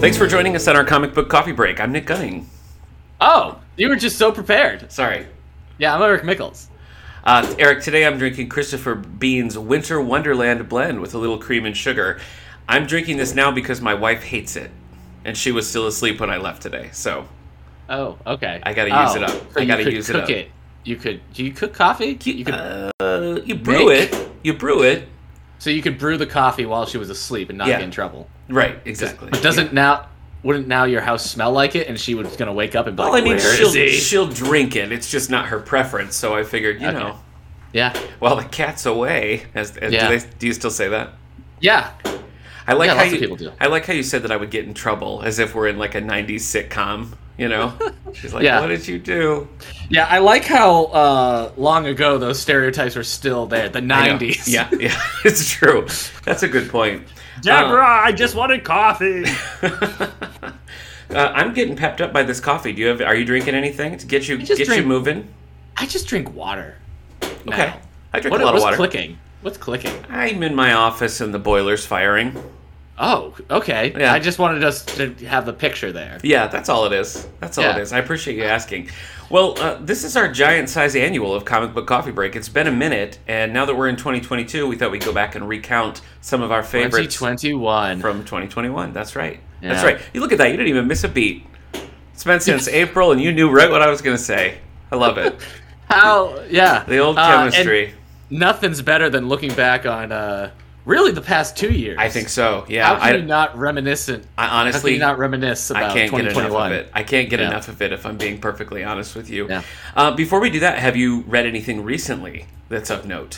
Thanks for joining us at our comic book coffee break. I'm Nick Gunning. Oh, you were just so prepared. Sorry. Yeah, I'm Eric Mickles. Uh, Eric, today I'm drinking Christopher Bean's Winter Wonderland blend with a little cream and sugar. I'm drinking this now because my wife hates it, and she was still asleep when I left today. So Oh, okay. I gotta Oh, use it up. I so you gotta could use it cook up. it. You could. Do you cook coffee? You could, uh, you brew Nick. it. You brew it. so you could brew the coffee while she was asleep and not Yeah. get in trouble. Right. Exactly. But doesn't now wouldn't now your house smell like it? And she was gonna wake up and be Well, I like, mean, "Where she'll is he?" she'll drink it. It's just not her preference. So I figured, you Okay. know, yeah, while the cat's away, as, as Yeah. do, they, do you still say that? yeah. I like Yeah, how lots of you, people do. I like how you said that I would get in trouble, as if we're in like a '90s sitcom. You know, she's like, Yeah. "What did you do?" Yeah, I like how uh, long ago those stereotypes were still there. The I know. '90s. Yeah, yeah, it's true. That's a good point. I just wanted coffee. Uh, uh, I'm getting pepped up by this coffee. Do you have? Are you drinking anything to get you just get drink- you moving? I just drink water. now. Okay, I drink What, a lot what's of water. clicking? What's clicking? I'm in my office and the boiler's firing. Oh, okay. Yeah. I just wanted us to have the picture there. Yeah, that's all it is. That's all Yeah. it is. I appreciate you asking. Well, uh, this is our giant size annual of Comic Book Coffee Break. It's been a minute, and now that we're in 2022, we thought we'd go back and recount some of our favorites 2021. from 2021. That's right. That's Yeah. right. You look at that. You didn't even miss a beat. It's been since April, and you knew right what I was going to say. I love it. How? Yeah. The old Uh, and chemistry. nothing's better than looking back on uh, really the past two years. I think so. Yeah. How can you I, not reminiscent? I How can honestly you not reminisce about I can't get enough 2021? of it. I can't get Yeah. enough of it if I'm being perfectly honest with you. Yeah. Uh, before we do that, have you read anything recently that's of note?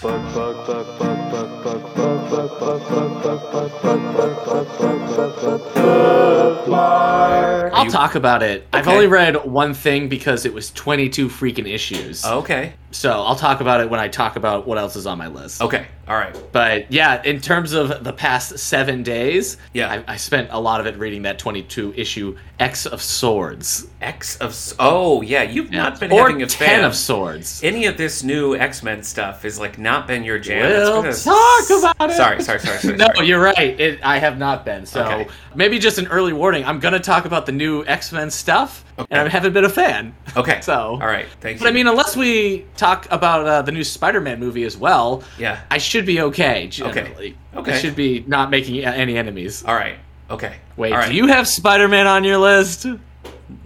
I'll You- talk about it. I've Okay. only read one thing because it was 22 freaking issues. Okay. So I'll talk about it when I talk about what else is on my list. Okay. All right. But yeah, in terms of the past seven days, Yeah. I, I spent a lot of it reading that 22 issue X of Swords. X of S- Oh, yeah. You've not been or having a 10 fan of Swords. Any of this new X Men stuff is like not been your jam. It's We'll been a- talk about it. Sorry, sorry, sorry, sorry. No, sorry. you're right. It, I have not been. So Okay. maybe just an early warning. I'm gonna talk about the new X Men stuff, and I haven't been a fan. Okay. So all right. Thank you. But I mean, unless we talk about uh, the new Spider-Man movie as well, Yeah. I should be okay. Generally. Okay. I should be not making uh, any enemies. all right. Okay. Wait, All right. do you have Spider-Man on your list?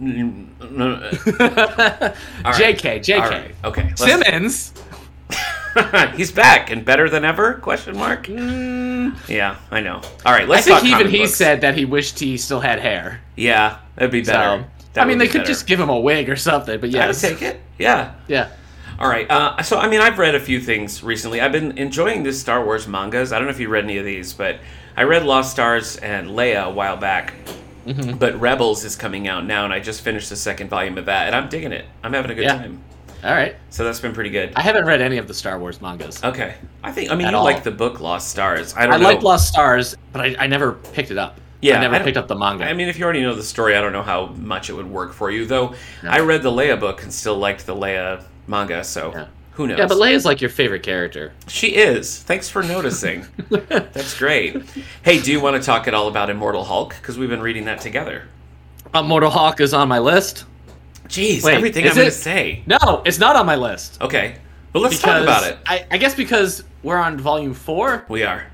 Mm, no, no, all right. JK, JK. All right. Okay. let's- Simmons. he's back and better than ever? Question mark. Yeah, I know. All right, Mm, I let's. think talk even comic he books. said that he wished he still had hair. Yeah, that'd be So better. That I mean, would they be could better. just give him a wig or something. But yes, I would take it. Yeah. yeah. All right. Uh, so I mean, I've read a few things recently. I've been enjoying this Star Wars mangas. I don't know if you read any of these, but I read Lost Stars and Leia a while back. Mm-hmm. But Rebels is coming out now, and I just finished the second volume of that, and I'm digging it. I'm having a good Yeah. time. All right. So that's been pretty good. I haven't read any of the Star Wars mangas. okay. I think. I mean, At you all. like the book Lost Stars. I don't I know. liked Lost Stars, but I, I never picked it up. Yeah, I never I don't- picked up the manga. I mean, if you already know the story, I don't know how much it would work for you. Though I read the Leia book and still liked the Leia manga, so Yeah. who knows? yeah, but Leia's like your favorite character. She is. Thanks for noticing. That's great. Hey, do you want to talk at all about Immortal Hulk? Because we've been reading that together. Uh, Mortal Hawk is on my list. Jeez, Wait, everything is I'm going to it? say. No, it's not on my list. Okay, well, let's talk Because- about it. I, I guess because we're on volume four, We are.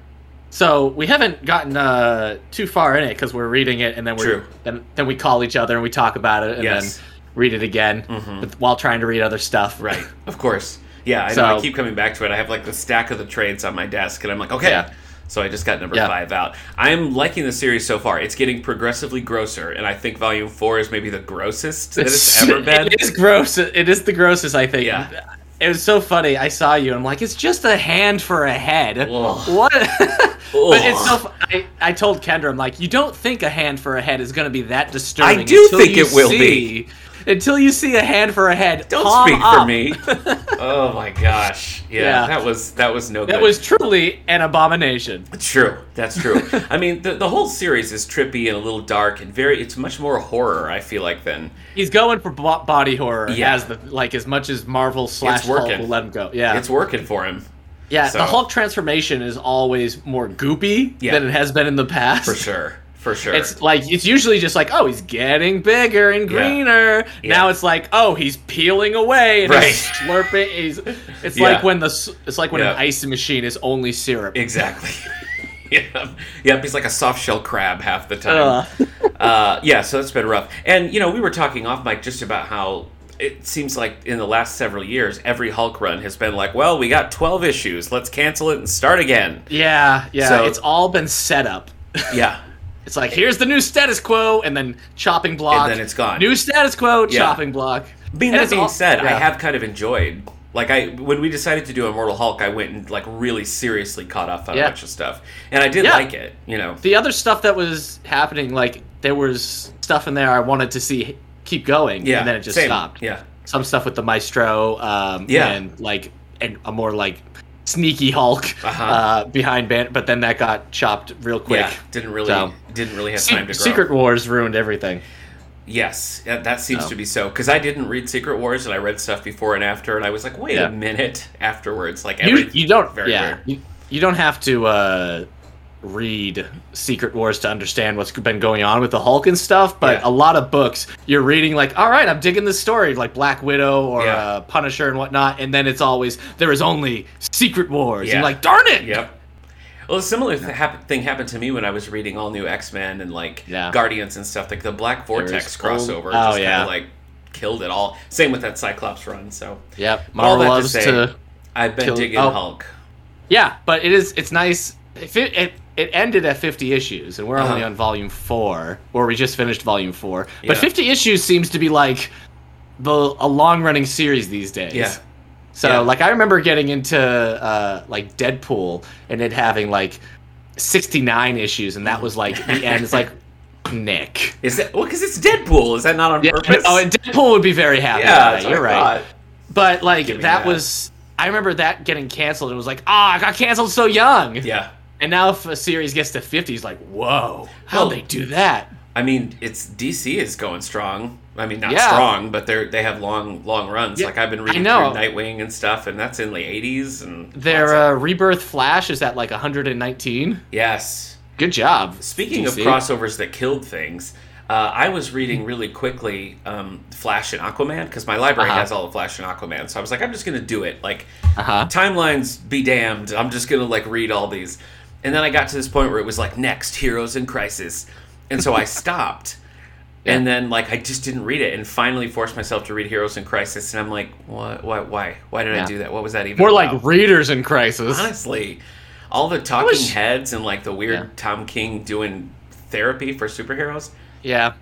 so we haven't gotten uh, too far in it because we're reading it and then we True. are then then we call each other and we talk about it and Yes. Mm-hmm. then read it again but- while trying to read other stuff. Right, of course. Yeah, I, know, So- I keep coming back to it. I have like the stack of the trades on my desk, and I'm like, okay. Yeah. So I just got number Yeah. five out. I'm liking the series so far. It's getting progressively grosser, and I think volume four is maybe the grossest that it's ever been. It is gross. It is the grossest, I think. Yeah. It was so funny. I saw you. and I'm like, it's just a hand for a head. Ugh. What? but it's so. Ugh. fu- I, I told Kendra, I'm like, you don't think a hand for a head is going to be that disturbing? I do until think you it will see- Until you see a hand for a head. Don't palm speak for up. me. oh my gosh. Yeah, Yeah. that was that was no good. That was truly an abomination. True. That's true. I mean, the, the whole series is trippy and a little dark and very. It's much more horror. I feel like than He's going for bo- body horror Yeah. as the like as much as Marvel slash Hulk working. will let him go. Yeah, it's working for him yeah. so- The Hulk transformation is always more goopy Yeah. than it has been in the past. for sure. for sure. It's like it's usually just like, oh, he's getting bigger and Yeah. greener. Yeah. Now it's like, oh, he's peeling away and Right. he's slurping. He's, it's Yeah. like when the s- it's like when Yeah. an ice machine is only syrup. Exactly. yep. Yep. He's like a soft shell crab half the time. Ugh. Uh, yeah. So that's been rough. And you know, we were talking off mic just about how it seems like in the last several years, every Hulk run has been like, well, we got twelve issues. Let's cancel it and start again. yeah, yeah. So- it's all been set up. Yeah. It's like here's the new status quo, and then chopping block, And then it's gone. Uh, New status quo, Yeah. chopping block. I mean, And that it's being all- said, I yeah. have kind of enjoyed. Like I, when we decided to do Immortal Hulk, I went and like really seriously caught up on Yeah. a bunch of stuff, and I did Yeah. like it. You know, the other stuff that was happening. Like there was stuff in there I wanted to see keep going, yeah, and then it just same. stopped. Yeah, some stuff with the maestro um Yeah. and like and a more like sneaky hulk uh Uh-huh. behind band but then that got chopped real quick yeah, didn't really, So- didn't really have Se- time to grow. secret wars ruined everything Yes, that that seems Oh. to be so. Because I didn't read Secret Wars, and I read stuff before and after, and I was like, wait Yeah. a minute. Afterwards, like you, every you don't very yeah weird. you, you don't have to uh read secret wars to understand what's been going on with the hulk and stuff but Yeah. a lot of books you're reading like all right i'm digging this story like black widow or Yeah. uh, punisher and whatnot and then it's always there is only secret wars Yeah. you're like darn it Yep. Well, a similar th- hap- thing happened to me when I was reading all new X Men and like Yeah. Guardians and stuff. Like the Black Vortex old- crossover Oh, just kind yeah. of like killed it all. Same with that Cyclops run. So yep all marvel that to loves say- to I've been Killed- digging oh. Hulk. Yeah, but it is. It's nice. If it it, it ended at fifty issues, and we're Uh-huh. only on volume four, or we just finished volume four. But Yeah. fifty issues seems to be like the a long running series these days. Yeah. So Yeah. like I remember getting into uh, like Deadpool and it having like sixty nine issues, and that was like the end. It's like Nick. Is that well? Because it's Deadpool. Is that not on Yeah, purpose? oh, and Deadpool would be very happy. yeah, about that's it. what you're I right. thought. But like Give me that, that. was, I remember that getting canceled. and It was like, ah, I got canceled so young. Yeah. And now if a series gets to 50, it's like, whoa, Well- how'd they do that? I mean, it's DC is going strong. I mean, not Yeah. strong, but they're they have long long runs. Yeah, like I've been I reading through know. Nightwing and stuff, and that's in the eighties and Their lots of- uh, Rebirth Flash is at like 119. yes. Good job. Speaking DC. of crossovers that killed things, uh, I was reading really quickly um, Flash and Aquaman because my library Uh-huh. has all of Flash and Aquaman, so I was like, I'm just gonna do it. Like Uh-huh. timelines be damned. I'm just gonna like read all these. And then I got to this point where it was like next heroes in crisis, and so I stopped. And then like I just didn't read it, and finally forced myself to read Heroes in Crisis, and I'm like, what? Why? Why? Why did I Yeah. do that? What was that even? More about? like readers in crisis. honestly, all the talking wish- heads and like the weird Yeah. Tom King doing therapy for superheroes. Yeah.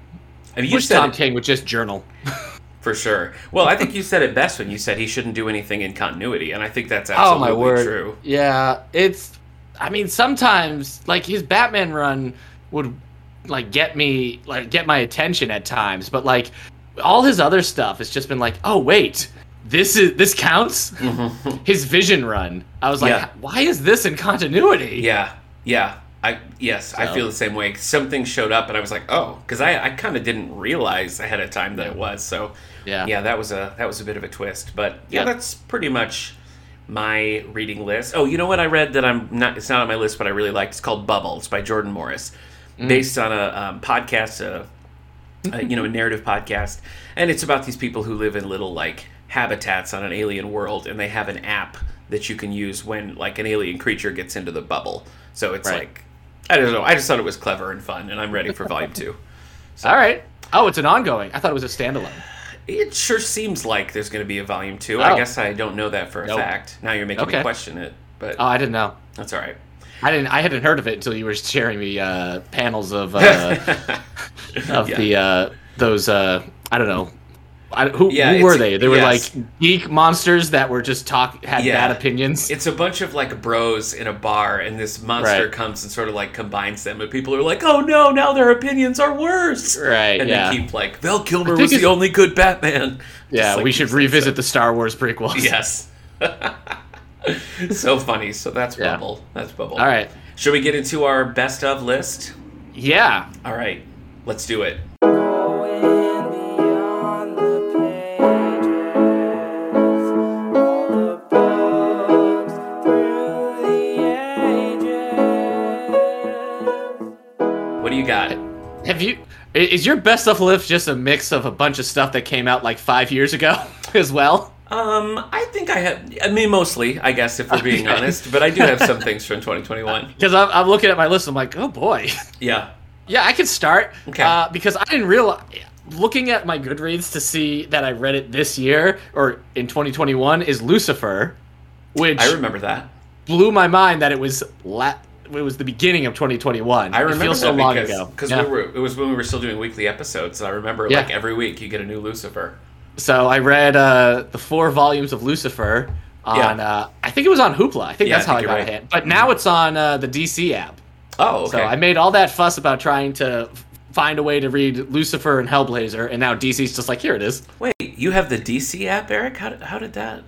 I mean, you Wish said Tom it King would just journal. for sure. Well, I think you said it best when you said he shouldn't do anything in continuity, and I think that's Oh absolutely my word. true. Yeah, it's. I mean, sometimes like his Batman run would like get me like get my attention at times, but like all his other stuff has just been like, oh wait, this is this counts. his Vision run, I was like, Mm-hmm. Yeah. why is this in continuity? Yeah, yeah. I yes, I So. feel the same way. Something showed up, and I was like, oh, because I, I kind of didn't realize ahead of time that it was. So yeah, yeah, that was a that was a bit of a twist, but yeah, Yeah. that's pretty much my reading list. Oh, you know what I read that I'm not it's not on my list, but I really liked. It's called Bubbles by Jordan Morris, Mm. based on a um, podcast, a, a you know a narrative podcast, and it's about these people who live in little like habitats on an alien world, and they have an app that you can use when like an alien creature gets into the bubble. So it's Right. like I don't know. I just thought it was clever and fun, and I'm ready for volume two. All right. Oh, it's an ongoing. I thought it was a standalone. It sure seems like there's going to be a volume two. I Oh. guess I don't know that for a Nope. fact. Now you're making me Okay. question it, but Oh, I didn't know. that's all right. I didn't. I hadn't heard of it until you were sharing me uh, panels of uh, of Yeah. the uh, those uh, I don't know. I, who, Yeah, who were it's- they? They were yes. like geek monsters that were just talk had Yeah. bad opinions. It's a bunch of like bros in a bar, and this monster Right. comes and sort of like combines them, and people are like, "Oh no, now their opinions are worse." Right, And yeah. they keep like, "Val Kilmer I think was the it's- only good Batman." Just yeah, like we these should things revisit that- the Star Wars prequels. Yes. so funny. So that's Yeah. bubble. That's bubble. All right. Should we get into our best of list? Yeah. All right, let's do it. What do you got? I- Is your best of lift just a mix of a bunch of stuff that came out like five years ago as well? Um, I think I have. I mean, mostly, I guess, if we're being Okay. honest. But I do have some things from 2021. Because I'm, I'm looking at my list, I'm like, oh boy. Yeah. Yeah, I could start. Okay. Uh, because I didn't realize. Looking at my Goodreads to see that I read it this year or in 2021 is Lucifer, which I remember that. blew my mind that it was la- it was the beginning of 2021. I remember it feels that so long because ago. 'cause Yeah. we were. It was when we were still doing weekly episodes. And I remember Yeah. like every week you get a new Lucifer. So I read uh, the four volumes of Lucifer on Yeah. uh, I think it was on Hoopla. I think Yeah, that's I how I think got you're right. it. But now it's on uh, the DC app. Oh, okay. So I made all that fuss about trying to f- find a way to read Lucifer and Hellblazer, and now DC's just like, here it is. Wait, you have the DC app, Eric? How did, how did that?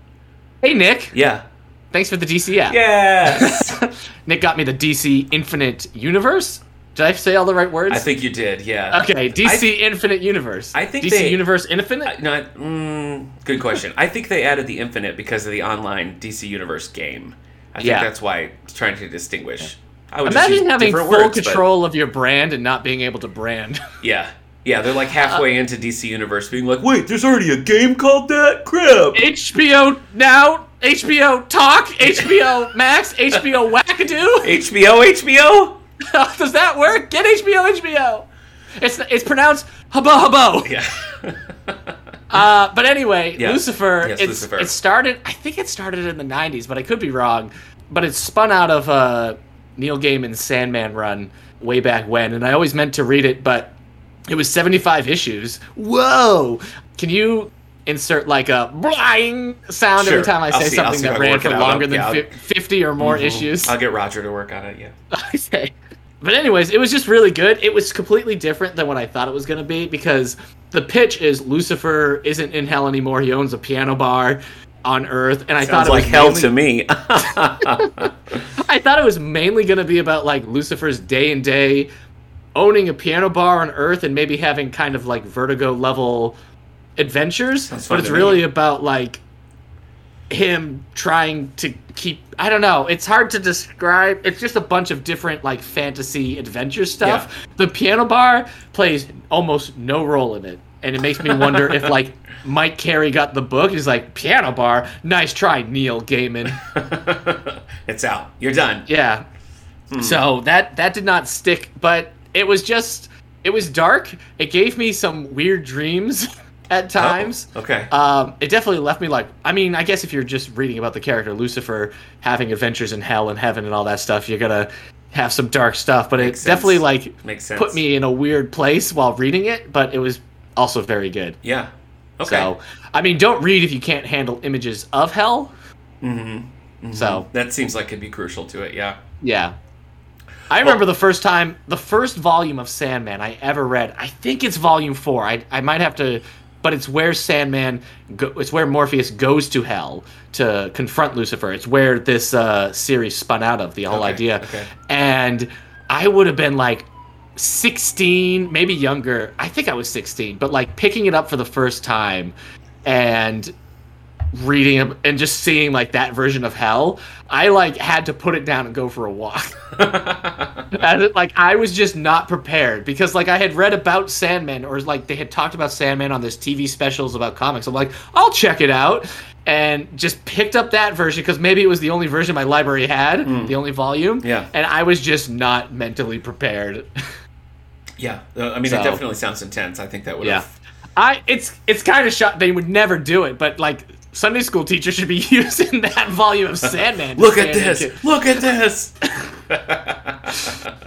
Hey Nick, Yeah. thanks for the DC app. Yes. Nick got me the DC Infinite Universe. Did I say all the right words? I think you did. Yeah. Okay, DC Infinite Universe. I think DC they- Universe Infinite. I, not. Mm, good question. I think they added the infinite because of the online DC Universe game. I think Yeah. that's why it's trying to distinguish. I would just Imagine use having full different words, but- control of your brand and not being able to brand. Yeah. Yeah, they're like halfway Uh, into DC Universe being like, wait, there's already a game called that? Crap! HBO Now, HBO Talk, HBO Max, HBO Wackadoo. HBO, HBO? Does that work? Get HBO, HBO. It's it's pronounced hubbo hubbo. Yeah. Uh, but anyway, Yeah. Lucifer. Yes, it's, Lucifer. It started. I think it started in the '90s, but I could be wrong. But it spun out of uh, Neil Gaiman's Sandman run way back when, and I always meant to read it, but it was 75 issues. Whoa! Can you insert like a bling sound Sure. every time I I'll say see- I'll something see if I that can ran work for it out. longer than Yeah, Mm-hmm. I'll- fif- 50 or more issues? I'll get Roger to work on it, yeah. okay. But anyways, it was just really good. It was completely different than what I thought it was gonna be because the pitch is Lucifer isn't in hell anymore. He owns a piano bar on Earth, and I thought Sounds it like was hell mainly, to me. I thought it was mainly gonna be about like Lucifer's day and day owning a piano bar on Earth and maybe having kind of like vertigo level adventures. Sounds fun But it's to me. really about like him trying to keep I don't know, it's hard to describe. It's just a bunch of different like fantasy adventure stuff. The piano bar plays almost no role in it. And it makes me wonder if like Mike Carey got the book. He's like, Piano bar, nice try, Neil Gaiman. it's out. You're done. Yeah. Hmm. So that that did not stick, but it was just it was dark. It gave me some weird dreams at times. Oh, okay. Um, it definitely left me like I mean, I guess if you're just reading about the character Lucifer having adventures in hell and heaven and all that stuff, you're gonna have some dark stuff. But it Makes sense. definitely like Makes sense. put me in a weird place while reading it. But it was also very good. Yeah. Okay. So I mean, don't read if you can't handle images of hell. Mm-hmm. So That seems like it'd be crucial to it, yeah. yeah. I remember the first time, the first volume of Sandman I ever read. I think it's volume four. I, I might have to, but it's where Sandman, go, it's where Morpheus goes to hell to confront Lucifer. It's where this uh, series spun out of, the whole Okay, idea. okay. And I would have been like 16, maybe younger. I think I was 16, but like picking it up for the first time and reading ab- and just seeing like that version of hell, I like had to put it down and go for a walk. And, like I was just not prepared because like I had read about Sandman or like they had talked about Sandman on this TV specials about comics. I'm like, I'll check it out and just picked up that version because maybe it was the only version my library had, the only volume. Yeah. And I was just not mentally prepared. Yeah. Uh, I mean, it So- definitely sounds intense. I think that would Yeah. have. I it's it's kind of shot they would never do it, but like Sunday school teachers should be using that volume of Sandman. to Look at stand and this! shit. Look at this!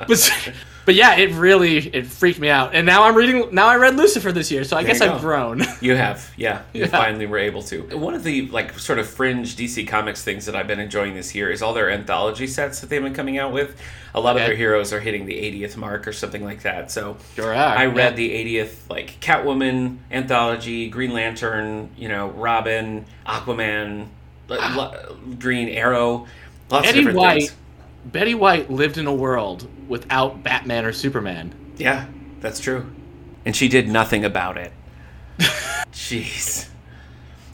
But, but yeah, it really it freaked me out. And now I'm reading now I read Lucifer this year, so I guess you I've go. grown. You have, yeah. You Yeah. finally were able to. One of the like sort of fringe DC Comics things that I've been enjoying this year is all their anthology sets that they've been coming out with. A lot of Okay. their heroes are hitting the 80th mark or something like that. So Sure are, I read yeah. the 80th like Catwoman anthology, Green Lantern, you know, Robin, Aquaman, li- li- Green Arrow, lots of Betty different Ah. White things. Betty White lived in a world without Batman or Superman. Yeah, that's true. And she did nothing about it. Jeez.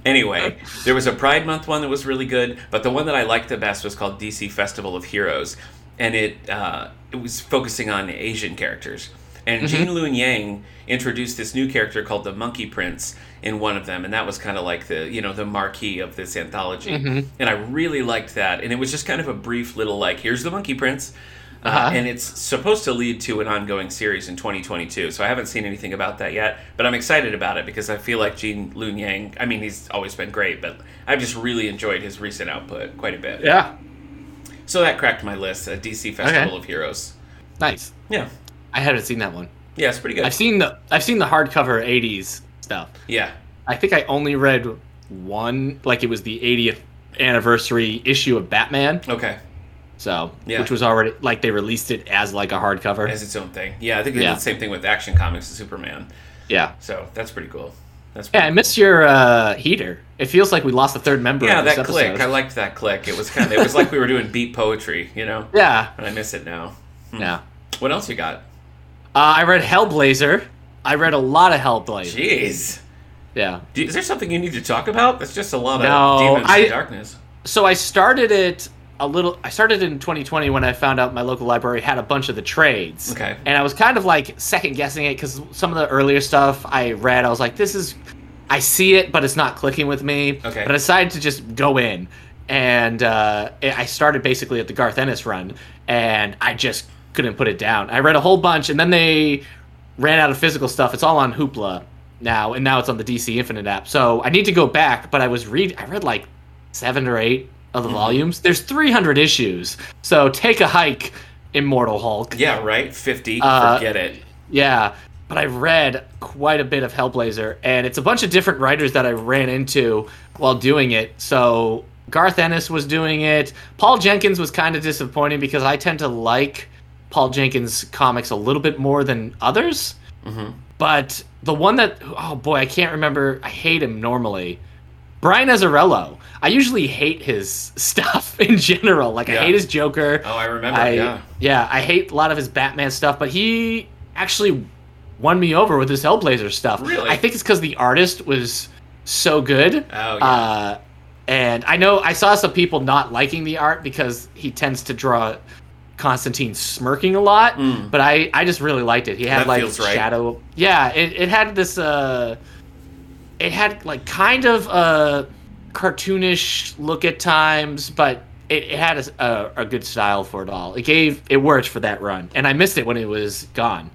Anyway, there was a Pride Month one that was really good, but the one that I liked the best was called DC Festival of Heroes, and it uh, it was focusing on Asian characters. And Jean Lun Yang introduced this new character called the Monkey Prince in one of them, and that was kind of like the you know the marquee of this anthology. And I really liked that, and it was just kind of a brief little like, here's the Monkey Prince. Uh, Uh-huh. and it's supposed to lead to an ongoing series in 2022. So I haven't seen anything about that yet, but I'm excited about it because I feel like Gene Lun Yang. I mean, he's always been great, but I've just really enjoyed his recent output quite a bit. Yeah. So that cracked my list. A DC Festival of Heroes. Nice. Yeah, I haven't seen that one. yeah, it's pretty good. I've seen the I've seen the hardcover '80s stuff. yeah, I think I only read one, like it was the 80th anniversary issue of Batman. okay, So, Yeah. which was already like they released it as like a hardcover. as its own thing. Yeah, I think they Yeah. did the same thing with Action Comics and Superman. yeah. So that's pretty cool. That's pretty Yeah, I missed your uh, heater. It feels like we lost the third member. Yeah, of this that episode. click. I liked that click. It was kind of. It was like we were doing beat poetry, you know. yeah, And I miss it now. yeah. What else you got? Uh, I read Hellblazer. I read a lot of Hellblazer. Jeez. Yeah. Do- Is there something you need to talk about? That's just a lot of No, demons I- and darkness. So I started it a little. I started in 2020 when I found out my local library had a bunch of the trades. Okay. And I was kind of like second guessing it because some of the earlier stuff I read, I was like, this is, I see it, but it's not clicking with me. Okay. But I decided to just go in. And uh, I I started basically at the Garth Ennis run, and I just couldn't put it down. I read a whole bunch, and then they ran out of physical stuff. It's all on Hoopla now, and now it's on the DC Infinite app. So I need to go back, but I was read I read like seven or eight of the volumes. There's 300 issues, so take a hike, Immortal Hulk. Yeah, right? 50. Uh, Forget it. Yeah, but I've read quite a bit of Hellblazer, and it's a bunch of different writers that I ran into while doing it. So Garth Ennis was doing it. Paul Jenkins was kind of disappointing because I tend to like Paul Jenkins comics a little bit more than others. Mhm. But the one that oh boy, I can't remember. I hate him normally. Brian Azzarello. I usually hate his stuff in general. Like Yeah. I hate his Joker. Oh, I remember. I yeah. yeah. I hate a lot of his Batman stuff, but he actually won me over with his Hellblazer stuff. Really? I think it's because the artist was so good. Oh, yeah. Uh, and I know I saw some people not liking the art because he tends to draw Constantine smirking a lot, Mm. but I, I just really liked it. He had That like feels right. shadow. Yeah, it, it had this uh, it had like kind of a cartoonish look at times, but it, it had a, s- a- a good style for it all. It gave it worked for that run, and I missed it when it was gone.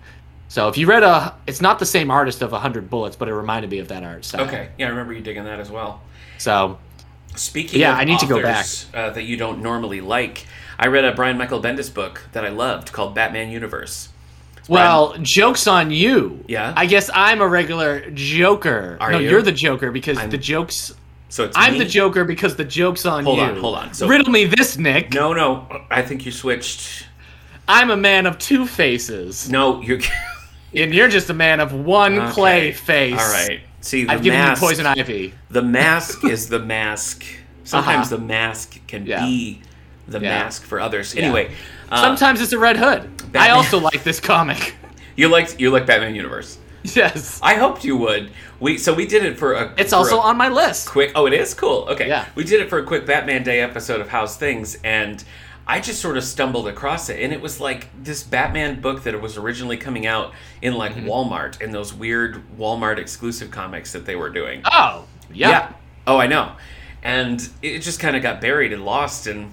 So if you read a, it's not the same artist of hundred bullets, but it reminded me of that art style. okay. Yeah, I remember you digging that as well. So Speaking Yeah, of I need to go authors, Uh, that you don't normally like, I read a Brian Michael Bendis book that I loved called Batman Universe. Well, joke's on you. Yeah? I guess I'm a regular joker. Are no, you? you? are the joker because I'm- the joke's. So it's I'm me. the joker because the joke's on Hold you. on, hold on. So- Riddle me this, Nick. No, no. I think you switched. I'm a man of two faces, No, you're. and you're just a man of one Okay. clay face. All right. See, the I've given mask. you poison ivy. The mask is the mask. Sometimes Uh-huh. the mask can Yeah. be the Yeah. mask for others. Anyway, uh, Sometimes it's a red hood. I Batman- also like this comic. you liked you like Batman Universe. yes. I hoped you would. We so we did it for a. It's for also a on my list. quick. Oh, it is cool. Okay, Yeah. we did it for a quick Batman Day episode of How's Things, and I just sort of stumbled across it, and it was like this Batman book that was originally coming out in like Mm-hmm. Walmart and those weird Walmart exclusive comics that they were doing. Oh, yeah. Yeah. Oh, I know. And it just kind of got buried and lost. And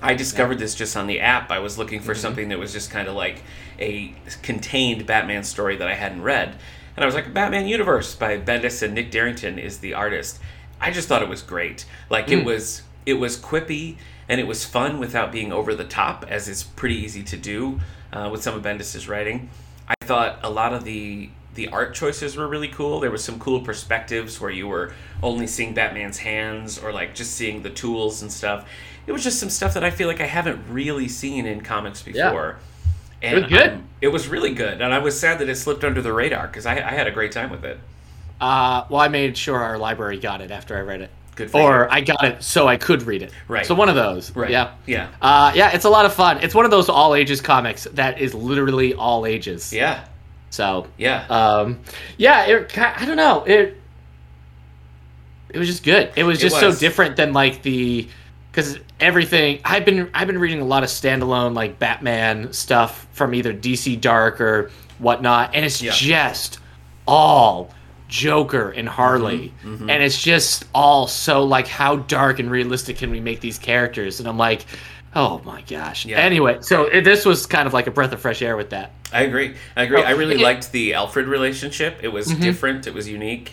I discovered this just on the app. I was looking for something that was just kind of like a contained Batman story that I hadn't read. And I was like, Batman Universe by Bendis and Nick Darrington is the artist. I just thought it was great. Like it was, it was quippy and it was fun without being over the top, as is pretty easy to do uh, with some of Bendis's writing. I thought a lot of the the art choices were really cool. There was some cool perspectives where you were only seeing Batman's hands or like just seeing the tools and stuff. It was just some stuff that I feel like I haven't really seen in comics Yeah. before. It was good. um, it was really good, and I was sad that it slipped under the radar because I, I had a great time with it. Uh, well, I made sure our library got it after I read it. Good for Or I got it so I could read it. Right. So one of those. Right. Yeah. Yeah. Uh, yeah, it's a lot of fun. It's one of those all ages comics that is literally all ages. Yeah. So, Yeah. um, yeah, it, ki- I don't know. It it was just good. It was It just was. so different than like the because everything I've been I've been reading a lot of standalone like Batman stuff from either DC Dark or whatnot, and it's Yeah. just all Joker and Harley, Mm-hmm. and it's just all so like how dark and realistic can we make these characters? And I'm like, oh my gosh. Yeah. Anyway, so it, this was kind of like a breath of fresh air with that. I agree. I agree. Oh, I really yeah. liked the Alfred relationship. It was different. It was unique.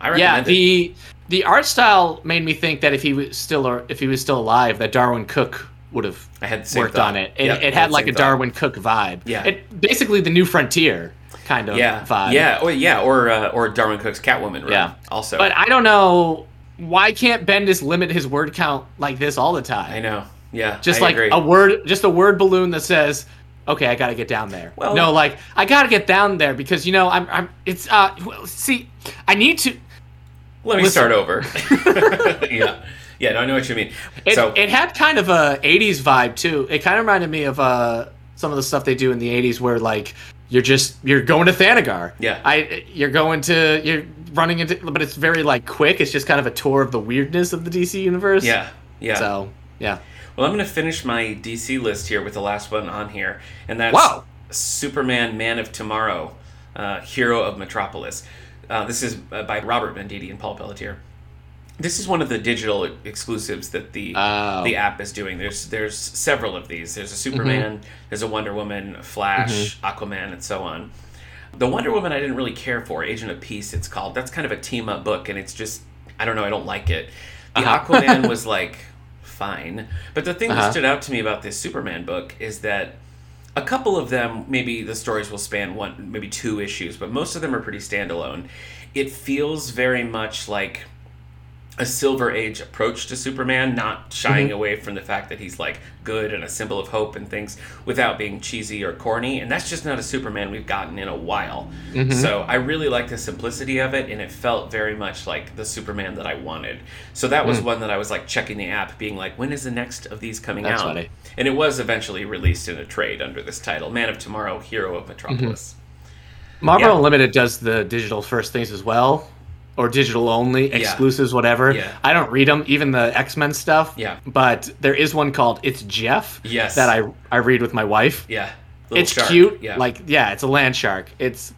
I recommend yeah, it. the the art style made me think that if he was still or if he was still alive, that Darwin Cook would have I had the same worked thought. on it. It, Yeah, it I had the like same a thought. Darwin Cook vibe. Yeah. It basically the new frontier kind of Yeah, vibe. yeah, or yeah, or uh, or Darwin Cook's Catwoman. Run Yeah. also. But I don't know why can't Bendis limit his word count like this all the time? I know. Yeah, Just I like oh, agree. a word just a word balloon that says Okay, I gotta get down there. Well- no, like I gotta get down there because you know I'm. I'm. It's uh. well, See, I need to. Let me listen. start over. yeah, yeah. No, I know what you mean. It, so it had kind of a 80s vibe too. It kind of reminded me of uh, some of the stuff they do in the 80s where like you're just you're going to Thanagar. Yeah. I you're going to you're running into but it's very like quick. It's just kind of a tour of the weirdness of the DC universe. yeah, yeah. So, yeah. Well, I'm going to finish my DC list here with the last one on here, and that's Wow. Superman Man of Tomorrow, uh, Hero of Metropolis. Uh, this is uh, by Robert Venditti and Paul Pelletier. This is one of the digital exclusives that the Oh. the app is doing. There's there's several of these. There's a Superman, Mm-hmm. there's a Wonder Woman, Flash, Aquaman, and so on. The Wonder Woman I didn't really care for, Agent of Peace, it's called. That's kind of a team up book, and it's just, I don't know, I don't like it. The Aquaman was like, fine. But the thing that Uh-huh. stood out to me about this Superman book is that a couple of them, maybe the stories will span one, maybe two issues, but most of them are pretty standalone. It feels very much like a silver age approach to Superman, not shying Mm-hmm. away from the fact that he's like good and a symbol of hope and things without being cheesy or corny. And that's just not a Superman we've gotten in a while. Mm-hmm. So I really like the simplicity of it, and it felt very much like the Superman that I wanted. So that Mm. was one that I was like checking the app, being like, when is the next of these coming That's out? funny. And it was eventually released in a trade under this title Man of Tomorrow, Hero of Metropolis. Mm-hmm. Marvel Yeah. Unlimited does the digital first things as well. Or digital only, exclusives, whatever. Yeah. I don't read them, even the X Men stuff. Yeah. But there is one called It's Jeff. Yes. That I I read with my wife. Yeah. Little it's shark. cute. Yeah. Like yeah, it's a land shark. It's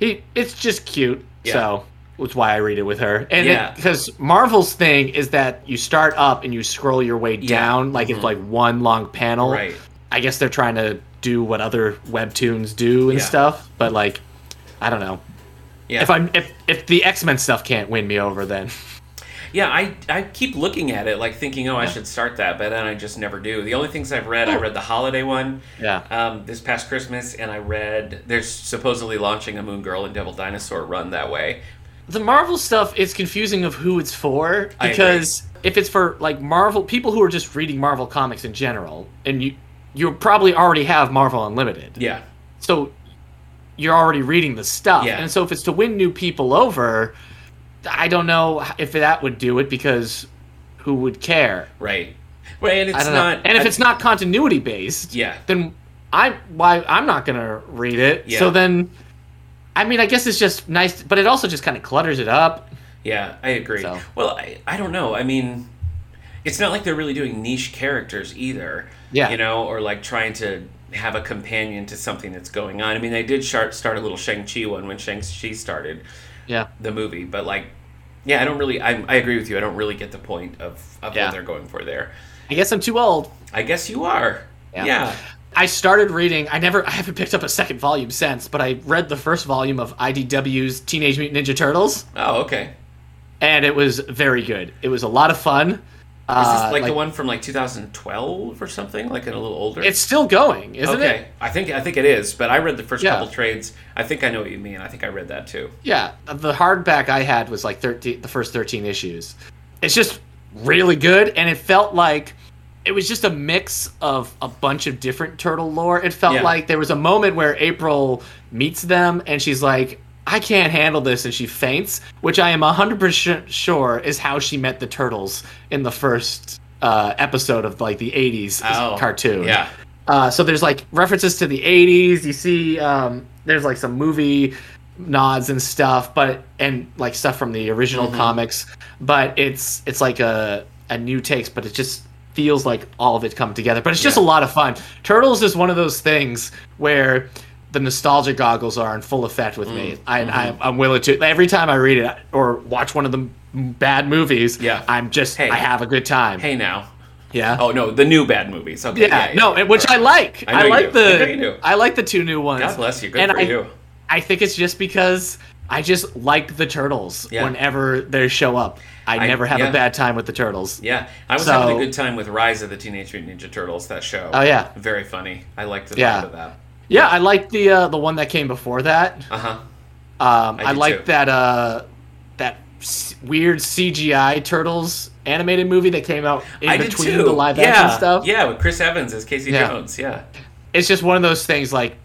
he. It's just cute. Yeah. So that's why I read it with her. And Yeah. because Marvel's thing is that you start up and you scroll your way Yeah. Mm-hmm. down, like it's like one long panel. Right. I guess they're trying to do what other webtoons do and Yeah. stuff, but like, I don't know. Yeah. If I'm if if the X Men stuff can't win me over, then Yeah, I, I keep looking at it, like thinking, oh, I should start that, but then I just never do. The only things I've read, I read the holiday one Oh. yeah. um, this past Christmas, and I read there's supposedly launching a Moon Girl and Devil Dinosaur run that way. the Marvel stuff is confusing of who it's for I agree. because if it's for like Marvel people who are just reading Marvel comics in general, and you you probably already have Marvel Unlimited, Yeah, so you're already reading the stuff, Yeah. and so if it's to win new people over, I don't know if that would do it because who would care? right. Right, and I it's don't know. not. and if I- it's not continuity based, yeah, then I why I'm not gonna read it. Yeah. So then, I mean, I guess it's just nice, but it also just kind of clutters it up. yeah, I agree. So. Well, I, I don't know. I mean, it's not like they're really doing niche characters either. Yeah. you know, or like trying to have a companion to something that's going on. I mean, they did start start a little Shang Chi one when Shang Chi started. Yeah. the movie, but like, yeah, I don't really. I, I agree with you. I don't really get the point of, of Yeah. what they're going for there. I guess I'm too old. I guess you are. Yeah. Yeah. I started reading. I never. I haven't picked up a second volume since, but I read the first volume of IDW's Teenage Mutant Ninja Turtles, Oh, okay. Is this and it was very good. It was a lot of fun. Is uh, like, the one from like 2012 or something? Like a little older. It's still going, isn't okay. it? I think I think it is. But I read the first Yeah. couple trades. I think I know what you mean. I think I read that too. Yeah. The hardback I had was like thirteen. The first thirteen issues. It's just really good, and it felt like it was just a mix of a bunch of different turtle lore. It felt Yeah. like there was a moment where April meets them, and she's like. I can't handle this, and she faints, which I am 100% sure is how she met the turtles in the first uh, episode of like the 80s Oh, cartoon. Yeah. Uh, so there's like references to the 80s. You see, um, there's like some movie nods and stuff, but and like stuff from the original Mm-hmm. comics. But it's it's like a a new takes, but it just feels like all of it come together. But it's just Yeah. a lot of fun. Turtles is one of those things where the nostalgia goggles are in full effect with Mm. me. I, I'm, Mm-hmm. I'm willing to every time I read it or watch one of the m- bad movies. Yeah. I'm just Hey. I have a good time. Hey now. yeah. Oh no, the new bad movies. Okay. yeah, no, and which I like. I know I, you like do. I the know you do. I like the two new ones. God bless you. Good and for I, you. I think it's just because I just like the turtles Yeah. whenever they show up. I, I- never have yeah. a bad time with the turtles. Yeah, I was So- having a good time with Rise of the Teenage Mutant Ninja Turtles. That show. Oh, yeah. Very funny. I liked the Yeah. vibe of that. Yeah, I like the uh, the one that came before that. Uh huh. Um, I I, do like too. that uh, that s- weird CGI turtles animated movie that came out in I between did too. the live yeah. action stuff. Yeah, with Chris Evans as Casey Yeah. Jones. Yeah. It's just one of those things like.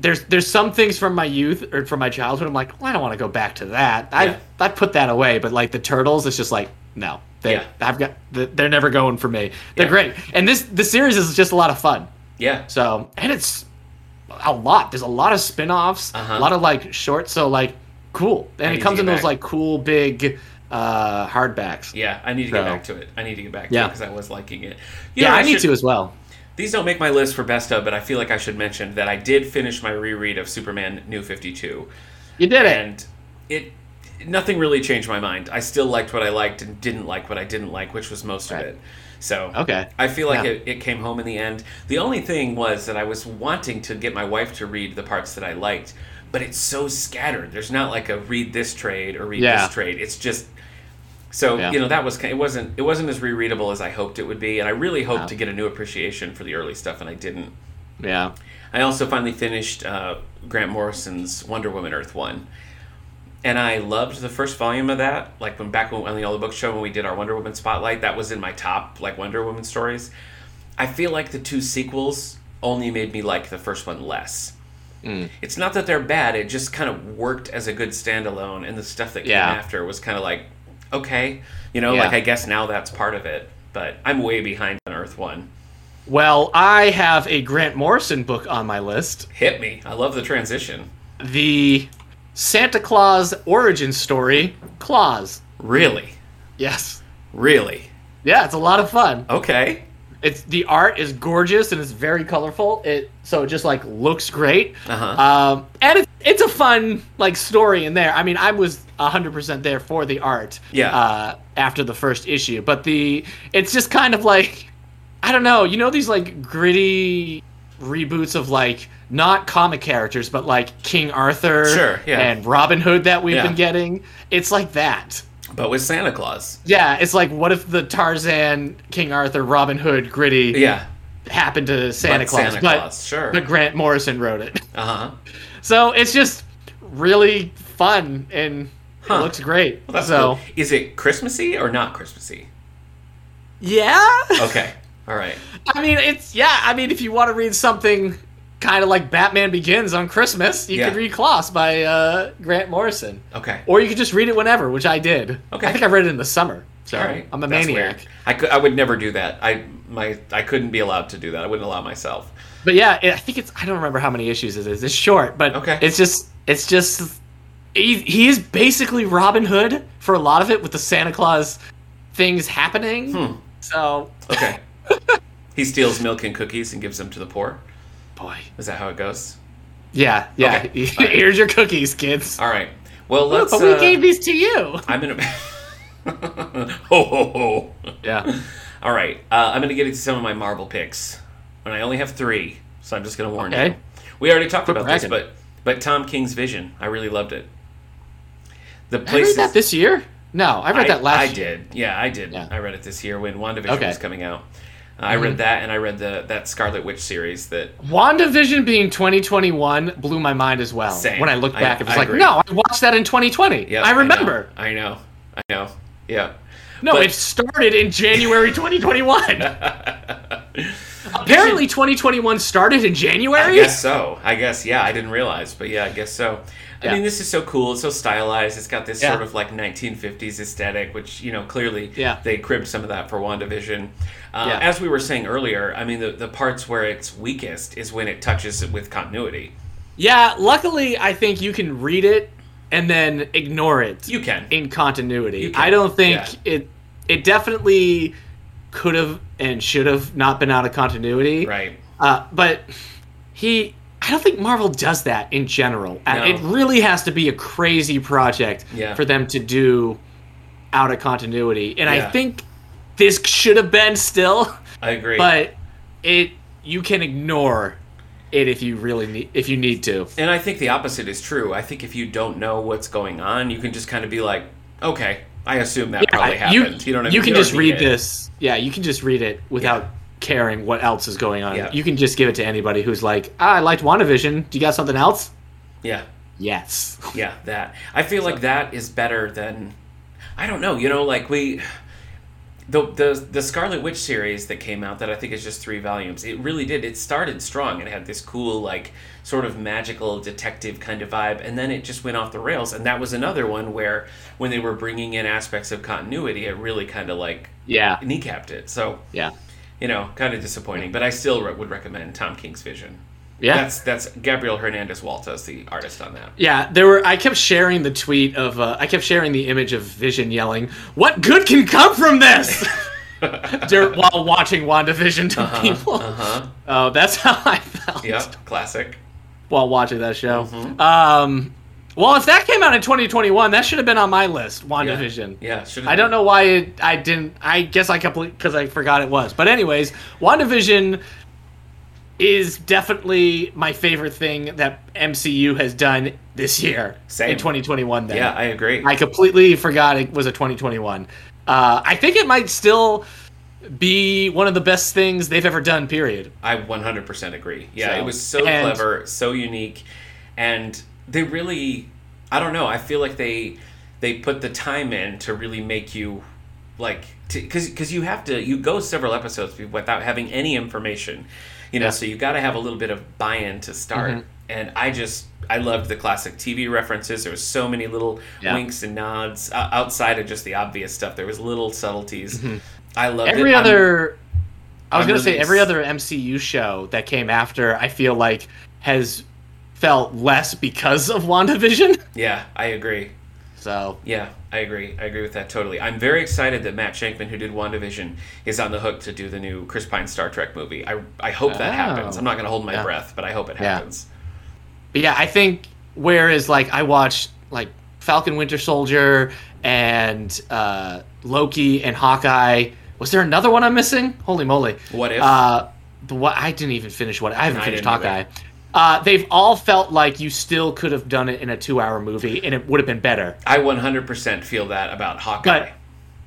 There's there's some things from my youth or from my childhood. I'm like, well, I don't want to go back to that. I Yeah. I put that away. But like the turtles, it's just like no, they Yeah. I've got th- they're never going for me. They're Yeah. great, and this the series is just a lot of fun. Yeah. So, and it's a lot. There's a lot of spin-offs, Uh-huh. a lot of like shorts. So like, cool. I And need it comes to in get those back. like cool big uh hardbacks. Yeah, Yeah. I need to get So- back to it. I need to get back to Yeah. it because I was liking it. I need to as well. These don't make my list for best of, but I feel like I should mention that I did finish my reread of Superman New Fifty Two. You did it. and it nothing really changed my mind. I still liked what I liked and didn't like what I didn't like, which was most Right. of it. So Okay. I feel like Yeah. it, it came home in the end. The only thing was that I was wanting to get my wife to read the parts that I liked, but it's so scattered. There's not like a read this trade or read Yeah. this trade. It's just so Yeah. you know that was ki- it wasn't it wasn't as rereadable as I hoped it would be, and I really hoped Yeah. to get a new appreciation for the early stuff, and I didn't. Yeah. I also finally finished uh, Grant Morrison's Wonder Woman Earth One, and I loved the first volume of that. Like when back when on the All the Book Show when we did our Wonder Woman spotlight, that was in my top like Wonder Woman stories. I feel like the two sequels only made me like the first one less. Mm. It's not that they're bad; it just kind of worked as a good standalone, and the stuff that Yeah. came after was kind of like okay, you know, Yeah. like I guess now that's part of it. But I'm way behind on Earth One. Well, I have a Grant Morrison book on my list. Hit me! I love the transition. The Santa Claus origin story, Claus. Really. Yes. Really? Yeah, it's a lot of fun. Okay. It's the art is gorgeous and it's very colorful. It so it just like looks great. Uh-huh. Um, and it, it's a fun like story in there. I mean, I was hundred percent there for the art. Yeah. Uh, after the first issue, but the it's just kind of like I don't know. You know these like gritty reboots of like not comic characters, but like King Arthur Sure, yeah. and Robin Hood that we've Yeah. been getting. It's like that. But with Santa Claus. Yeah, it's like what if the Tarzan, King Arthur, Robin Hood gritty Yeah. happened to Santa but Claus, Santa but Claus, sure. but Grant Morrison wrote it. Uh huh. So it's just really fun and Huh. it looks great. Well, that's so cool. Is it Christmassy or not Christmassy? yeah, Okay. All right. I mean it's yeah. I mean if you want to read something kind of like Batman Begins on Christmas, you Yeah. could read Klaus by uh, Grant Morrison, Okay. or you could just read it whenever, which I did. Okay. I think I read it in the summer. So All right. I'm a That's maniac. weird. I could. I would never do that. I my. I couldn't be allowed to do that. I wouldn't allow myself. But yeah, it, I think it's I don't remember how many issues it is. It's short, but Okay. it's just it's just he, he is basically Robin Hood for a lot of it with the Santa Claus things happening. Hmm. So Okay. he steals milk and cookies and gives them to the poor. boy. Is that how it goes? Yeah, yeah. Okay. Here's your cookies, kids. All right. Well, let's. but we uh, gave these to you. I'm gonna. ho ho ho. Yeah. All right, uh, I'm going to get into some of my Marvel picks, and I only have three, so I'm just going to warn Okay. you. We already talked Quit about this, bragging. but but Tom King's Vision, I really loved it. The I read places that this year? No, I read that last I year. did, yeah, I did. Yeah. I read it this year when WandaVision Okay. Mm-hmm. was coming out. I read that, and I read the that Scarlet Witch series that WandaVision being 2021 blew my mind as well. Same. When I looked I- back, it was I like, agree. no, I watched that in 2020. Yep, I know. remember. I know. I know. Yeah. No, But- it started in January 2021. Apparently, 2021 started in January. I guess so. I guess yeah. I didn't realize, but yeah, I guess so. I Yeah. mean, this is so cool. It's so stylized. It's got this Yeah. sort of like 1950s aesthetic, which you know clearly Yeah. they cribbed some of that for Wandavision. Uh, Yeah. As we were saying earlier, I mean, the the parts where it's weakest is when it touches it with continuity. Yeah, luckily, I think you can read it and then ignore it You can. in continuity. can, I don't think yeah. it. It definitely could have and should have not been out of continuity. Right. Uh, but he, I don't think Marvel does that in general. I- No. It really has to be a crazy project Yeah. for them to do out of continuity. And Yeah. I think this should have been still, I agree. but it you can ignore it if you really need if you need to. and I think the opposite is true. I think if you don't know what's going on, you can just kind of be like, okay, I assume that probably I- happened. You, know what I mean? You can don't just need read it. this. Yeah, you can just read it without caring what else is going on. Yeah. You can just give it to anybody who's like, ah, I liked WandaVision. Do you got something else? Yeah. Yes. Yeah, that. I feel like that is better than I don't know, you know, like we the the the Scarlet Witch series that came out that I think is just three volumes. It really did. It started strong and had this cool like sort of magical detective kind of vibe and then it just went off the rails and that was another one where when they were bringing in aspects of continuity, it really kind of like Yeah. kneecapped it. So, Yeah. you know, kind of disappointing, but I still re- would recommend Tom King's Vision. Yeah. That's that's Gabriel Hernandez Waltz, the artist on that. yeah, there were. I kept sharing the tweet of. Uh, I kept sharing the image of Vision yelling, "What good can come from this?" Dur- while watching WandaVision to people. Uh-huh. Oh, that's how I felt Yep, classic. while watching that show. Mm-hmm. Um, well, if that came out in 2021, that should have been on my list. WandaVision. Yeah, should I don't know why it, I didn't. I guess I completely because I forgot it was. But anyways, WandaVision is definitely my favorite thing that MCU has done this year Same. in 2021. Then Yeah, I agree. I completely forgot it was a 2021. Uh, I think it might still be one of the best things they've ever done. Period. I 100% agree. Yeah, So- it was so and- clever, so unique, and they really I don't know, I feel like they they put the time in to really make you like because because you have to you go several episodes without having any information you know Yeah. Mm-hmm. so you got to have a little bit of buy-in to start and i just i loved the classic tv references there was so many little Yeah. winks and nods uh, outside of just the obvious stuff there was little subtleties i loved it. Mm-hmm. Every I'm- other, i was I'm gonna say really every s- other MCU show that came after, I feel like has felt less because of WandaVision. yeah i agree So Yeah, I agree. I agree with that totally. I'm very excited that Matt Shankman, who did WandaVision, is on the hook to do the new Chris Pine Star Trek movie. I, I hope that happens. Oh. I'm not going to hold my Yeah. breath, but I hope it Yeah. happens. But yeah, I think whereas like I watched like Falcon Winter Soldier and uh, Loki and Hawkeye. Was there another one I'm missing? Holy moly! What if? Uh, the what I didn't even finish what I haven't No, I finished didn't either. Hawkeye. Uh, they've all felt like you still could have done it in a two-hour movie, and it would have been better. I 100% feel that about Hawkeye. But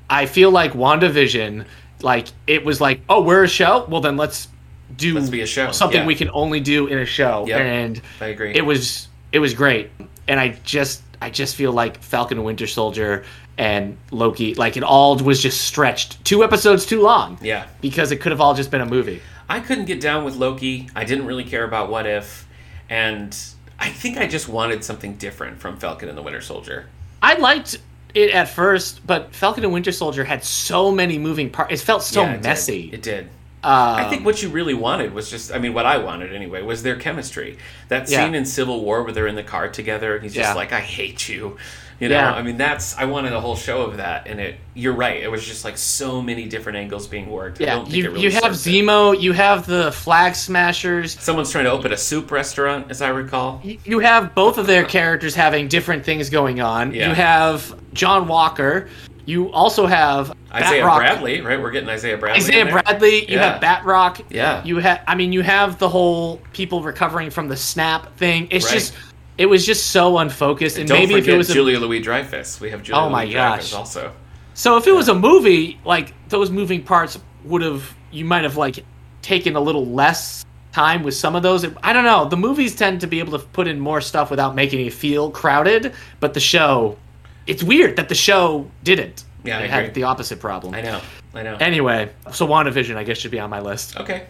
I feel like WandaVision, like it was like, oh, we're a show. Well, then let's do Let's be a show, Something yeah. we can only do in a show, Yep, and I agree. It was it was great, and I just I just feel like Falcon and Winter Soldier and Loki, like it all was just stretched two episodes too long. yeah. because it could have all just been a movie. I couldn't get down with Loki. I didn't really care about What If. And I think I just wanted something different from Falcon and the Winter Soldier. I liked it at first, but Falcon and Winter Soldier had so many moving parts. It felt so Yeah, it did. messy. It did. Um, I think what you really wanted was just, I mean, what I wanted anyway, was their chemistry. That Yeah. scene in Civil War where they're in the car together and he's just Yeah. like, I hate you. You know, Yeah. I mean, that's, I wanted a whole show of that. And it, you're right. It was just like so many different angles being worked. I Yeah, don't think you, it really you have served it. Zemo, you have the Flag Smashers, Someone's trying to open a soup restaurant, as I recall. y- you have both of their characters having different things going on. Yeah. You have John Walker, you also have Isaiah Batroc- Bradley, right? We're getting Isaiah Bradley. in Isaiah there. Bradley, you Yeah. have Batroc, Yeah. you have I mean you have the whole people recovering from the snap thing. It's Right. just it was just so unfocused and Don't maybe forget if it was a Julia Louis Dreyfus. We have Julia Oh my Louis Dreyfus gosh. also. So if it was a movie, like those moving parts would have, you might have like taken a little less time with some of those. I don't know. The movies tend to be able to put in more stuff without making you feel crowded, but the show, it's weird that the show didn't. Yeah, I it agree. had the opposite problem. I know. I know. Anyway, so WandaVision, I guess, should be on my list. Okay.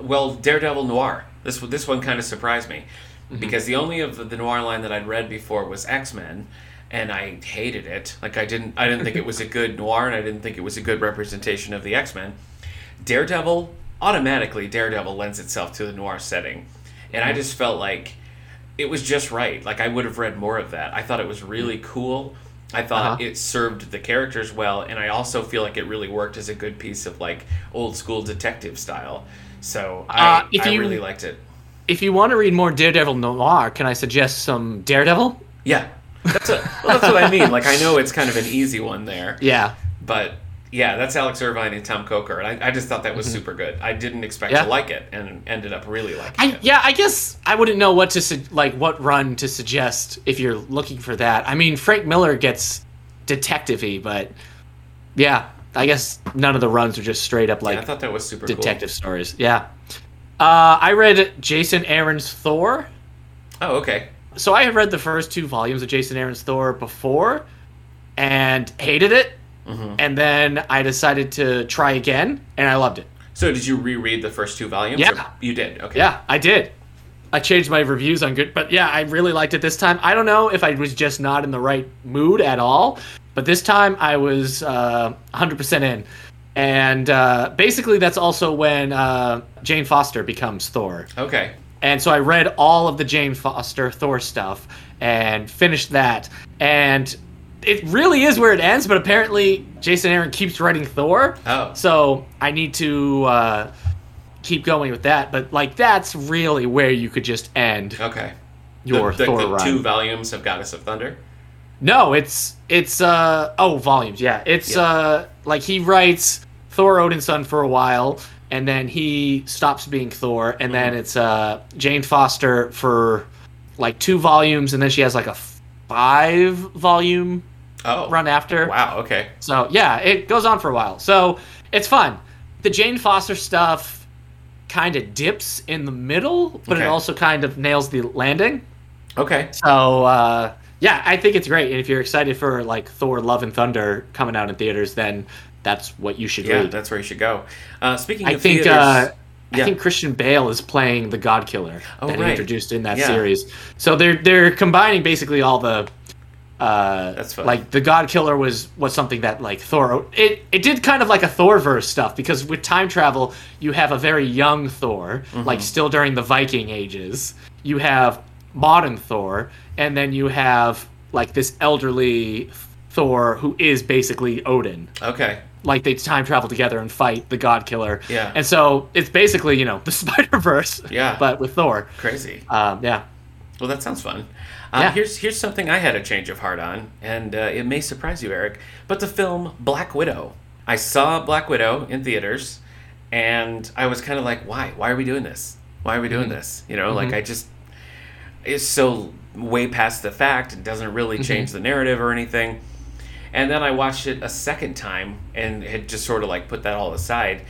Well, Daredevil Noir. This this one kind of surprised me because the only of the noir line that I'd read before was X Men, and I hated it. Like I didn't I didn't think it was a good noir, and I didn't think it was a good representation of the X Men. Daredevil automatically Daredevil lends itself to the noir setting, and Mm-hmm. I just felt like it was just right. Like I would have read more of that. I thought it was really cool. I thought Mm-hmm. Uh-huh. it served the characters well, and I also feel like it really worked as a good piece of like old school detective style. So I, Uh, if I you- really liked it. if you want to read more Daredevil noir, can I suggest some Daredevil? Yeah, that's a, well, that's what I mean. Like I know it's kind of an easy one there, Yeah, but yeah, that's Alex Irvine and Tom Coker, and I, I just thought that was super good. I didn't expect Mm-hmm. Yeah. to like it, and ended up really liking I it. yeah, I guess I wouldn't know what to su- like what run to suggest if you're looking for that. I mean, Frank Miller gets detective-y, but yeah, I guess none of the runs are just straight up like I thought that was super detective stories. Yeah. Uh, I read Jason Aaron's Thor. cool. Oh, okay. So I had read the first two volumes of Jason Aaron's Thor before and hated it. And then I decided to try again and I loved it. So did you reread the first two volumes? Yeah. or- you did. Okay. Yeah, I did. I changed my reviews on good, but yeah, I really liked it this time. I don't know if I was just not in the right mood at all, but this time I was uh, 100% in. And uh, basically, that's also when uh, Jane Foster becomes Thor. Okay. And so I read all of the Jane Foster Thor stuff and finished that. And it really is where it ends, but apparently Jason Aaron keeps writing Thor. Oh. So I need to uh, keep going with that. But like that's really where you could just end Okay. your the, the, Thor the run. two volumes of Goddess of Thunder. No, it's it's uh oh volumes, yeah. It's Yeah. uh like he writes Thor Odin's son for a while and then he stops being Thor Mm-hmm. and then it's uh Jane Foster for like two volumes and then she has like a five volume Oh. run after. Wow. Okay. So yeah, it goes on for a while. So it's fun. The Jane Foster stuff kind of dips in the middle, but it Okay. also kind of nails the landing. Okay. So uh, yeah, I think it's great. And if you're excited for like Thor: Love and Thunder coming out in theaters, then that's what you should Yeah, read. that's where you should go. Uh, speaking I of think theaters, uh, yeah. I think Christian Bale is playing the God Killer Oh, that right. he introduced in that Yeah. series. So they're they're combining basically all the. Uh, That's fun. Like the God Killer was was something that like Thor it it did kind of like a Thorverse stuff because with time travel you have a very young Thor Mm-hmm. like still during the Viking ages you have modern Thor and then you have like this elderly Thor who is basically Odin okay. like they time travel together and fight the God Killer. Yeah. And so it's basically you know the Spider Verse. Yeah. But with Thor. Crazy. Um, yeah. Well, that sounds fun. Uh, Yeah. Here's here's something I had a change of heart on, and uh, it may surprise you, Eric. But the film Black Widow. I saw Black Widow in theaters, and I was kind of like, why? Why are we doing this? Why are we doing this? You know, like I just is so way past the fact and doesn't really change the narrative or anything. And then I watched it a second time and had just sort of like put that all aside.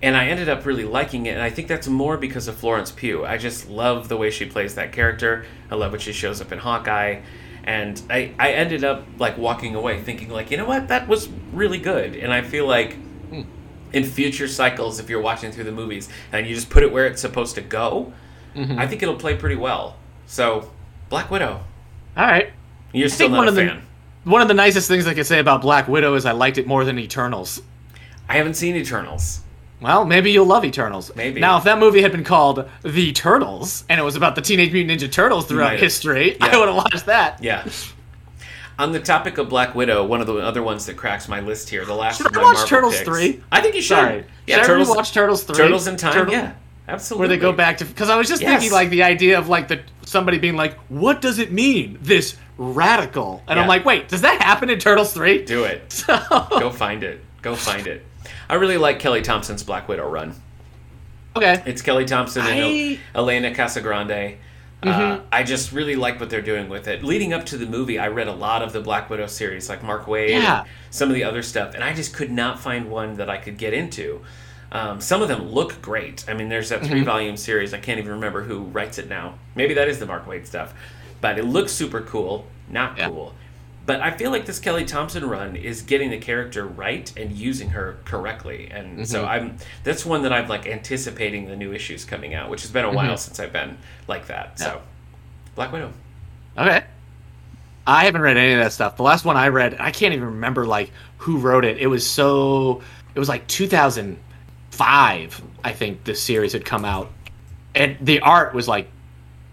And I ended up really liking it. And I think that's more because of Florence Pugh. I just love the way she plays that character. I love when she shows up in Hawkeye. And I, I ended up like walking away thinking like, you know what, that was really good. And I feel like hmm, in future cycles, if you're watching through the movies and you just put it where it's supposed to go, Mm-hmm. I think it'll play pretty well. So, Black Widow. All right. You're still think not one a of the- fan. One of the nicest things I could say about Black Widow is I liked it more than Eternals. I haven't seen Eternals. Well, maybe you'll love Eternals. Maybe. Now, if that movie had been called The Turtles and it was about the Teenage Mutant Ninja Turtles might throughout have. history, Yeah. I would have watched that. Yeah. On the topic of Black Widow, one of the other ones that cracks my list here, the last Should of I my watch Marvel Turtles picks. 3? I think you should. Sorry. Yeah, Should Turtles I watch Turtles three? Turtles in Time. Turtle- Yeah. Absolutely. Where they go back to because I was just Yes. thinking like the idea of like the somebody being like, what does it mean this radical? And Yeah. I'm like, wait, does that happen in Turtles three? Do it. So Go find it. Go find it. I really like Kelly Thompson's Black Widow run. okay, It's Kelly Thompson and I- Mm-hmm. El- Elena Casagrande. Uh, I just really like what they're doing with it. Leading up to the movie, I read a lot of the Black Widow series, like Mark Wade, Yeah. and some of the other stuff, and I just could not find one that I could get into. Um, some of them look great. I mean, there's that Mm-hmm. three volume series. I can't even remember who writes it now. Maybe that is the Mark Wade stuff, but it looks super cool. Not Yeah. cool. But I feel like this Kelly Thompson run is getting the character right and using her correctly, and so Mm-hmm. I'm. That's one that I'm like anticipating the new issues coming out, which has Mm-hmm. been a while since I've been like that. So, Black Widow. okay. I haven't read any of that stuff. The last one I read, I can't even remember like who wrote it. It was so it was like 2005, I think this series had come out, and the art was like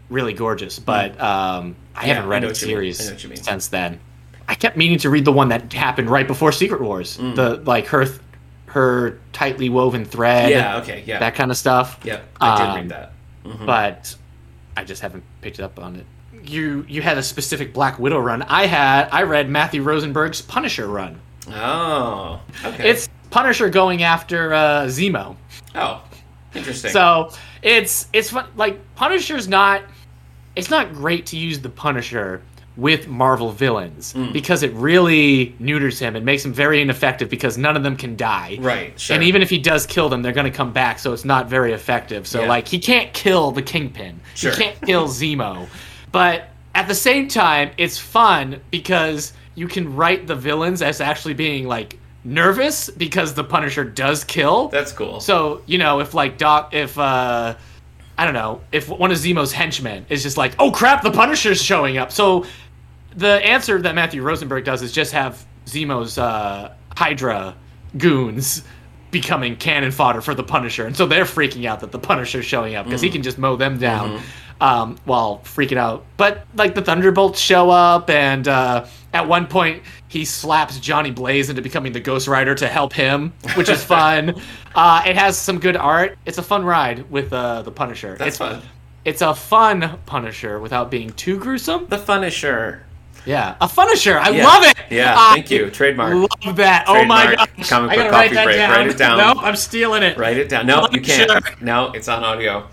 really gorgeous. But um, I Mm. Yeah, I haven't read know the what you mean. I know series what you mean. since then. I kept meaning to read the one that happened right before Secret Wars, Mm. the like her th- her tightly woven thread, Yeah. Okay. Yeah. that kind of stuff. yeah. I did Um, read that. but I just haven't picked up on it. You you had a specific Black Widow run. I had I read Matthew Rosenberg's Punisher run. Oh. Okay. It's Punisher going after uh, Zemo. oh, interesting. So it's it's fun. Like Punisher's not. It's not great to use the Punisher with Marvel villains Hmm. because it really neuters him and makes him very ineffective because none of them can die. right. Sure. And even if he does kill them, they're going to come back, so it's not very effective. So Yeah. like he can't kill the Kingpin. Sure. He can't kill Zemo. But at the same time, it's fun because you can write the villains as actually being like nervous because the Punisher does kill. that's cool. So you know, if like Doc, if uh, I don't know, if one of Zemo's henchmen is just like, oh crap, the Punisher's showing up. So the answer that Matthew Rosenberg does is just have Zemo's uh, Hydra goons becoming cannon fodder for the Punisher, and so they're freaking out that the Punisher's showing up because Mm. he can just mow them down Mm-hmm. um, while freaking out. But like the Thunderbolts show up, and uh, at one point he slaps Johnny Blaze into becoming the Ghost Rider to help him, which is fun. uh, it has some good art. It's a fun ride with uh, the Punisher. that's it's fun. It's a fun Punisher without being too gruesome. The Funisher. Yeah, a Punisher. I Yeah. love it. Yeah, I thank you. Trademark. Love that. Oh my Trademark. god. Comic I book gotta write coffee that break. down. Write it down. Nope, I'm stealing it. Write it down. No, you can't. Punisher. No, it's on audio.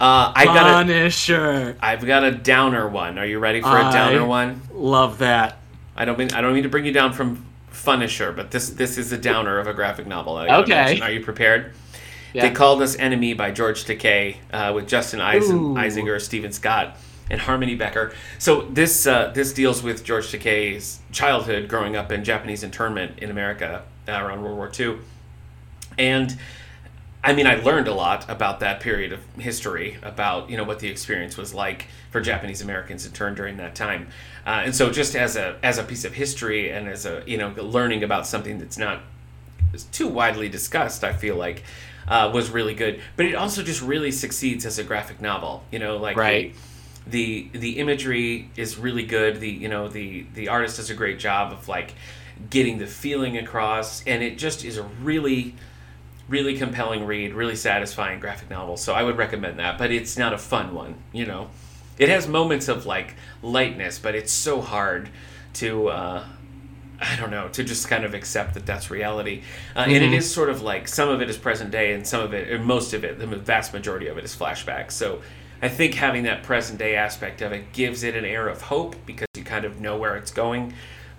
Uh, I got a, Punisher. I've got a downer one. Are you ready for a I- downer one? Love that. I don't mean I don't mean to bring you down from Funisher, but this this is a downer of a graphic novel. I gotta Okay. mention. Are you prepared? They Yeah. called us "Enemy" by George Takei uh, with Justin Eisen, Ooh. Eisinger, Stephen Scott, and Harmony Becker. So this uh, this deals with George Takei's childhood growing up in Japanese internment in America uh, around World War II, and I mean, I learned a lot about that period of history, about you know what the experience was like for Japanese Americans interned during that time, uh, and so just as a as a piece of history and as a you know learning about something that's not is too widely discussed, I feel like, uh, was really good. But it also just really succeeds as a graphic novel. You know, like Right. the, the the imagery is really good. The you know the the artist does a great job of like getting the feeling across, and it just is a really really compelling read, really satisfying graphic novel. So I would recommend that, but it's not a fun one, you know. It has moments of like lightness, but it's so hard to uh I don't know, to just kind of accept that that's reality. Uh, And it is sort of like some of it is present day, and some of it, and most of it, the vast majority of it is flashback. So I think having that present day aspect of it gives it an air of hope because you kind of know where it's going.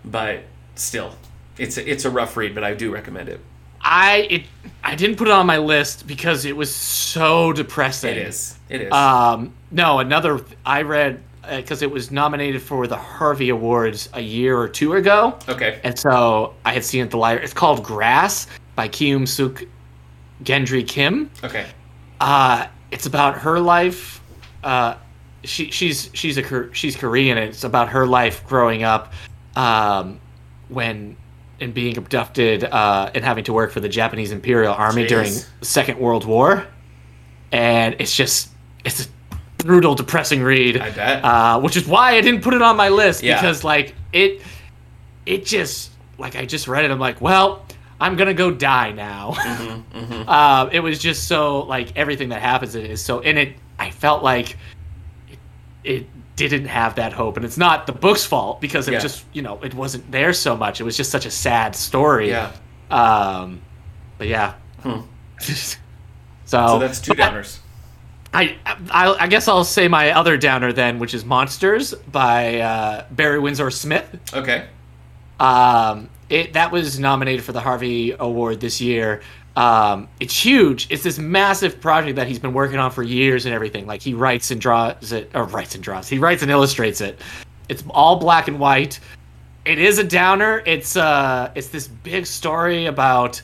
But still, it's a, it's a rough read, but I do recommend it. I it I didn't put it on my list because it was so It depressing. is. It is. Um, no, another I read because it was nominated for the Harvey Awards a year or two ago. okay. And so I had seen it at the library. It's called Grass by Kyung Suk Gendry Kim. Okay. Uh, it's about her life. Uh, she she's she's a Kor- she's Korean. And it's about her life growing up, um, when and being abducted uh, and having to work for the Japanese Imperial Army Jeez. during the Second World War, and it's just it's a brutal, depressing read. I bet. Uh, which is why I didn't put it on my list Yeah. because like it it just like I just read it. I'm like, well, I'm gonna go die now. Uh, it was just so like everything that happens in it is so in it. I felt like it, it didn't have that hope, and it's not the book's fault because it Yeah. just you know it wasn't there so much. It was just such a sad story. yeah. Hmm. Um, but yeah. So, So that's two but downers. I, I I guess I'll say my other downer then, which is Monsters by uh, Barry Windsor Smith. Okay. Um, it that was nominated for the Harvey Award this year. Um, it's huge. It's this massive project that he's been working on for years and everything. Like he writes and draws it, or writes and draws. He writes and illustrates it. It's all black and white. It is a downer. It's uh, it's this big story about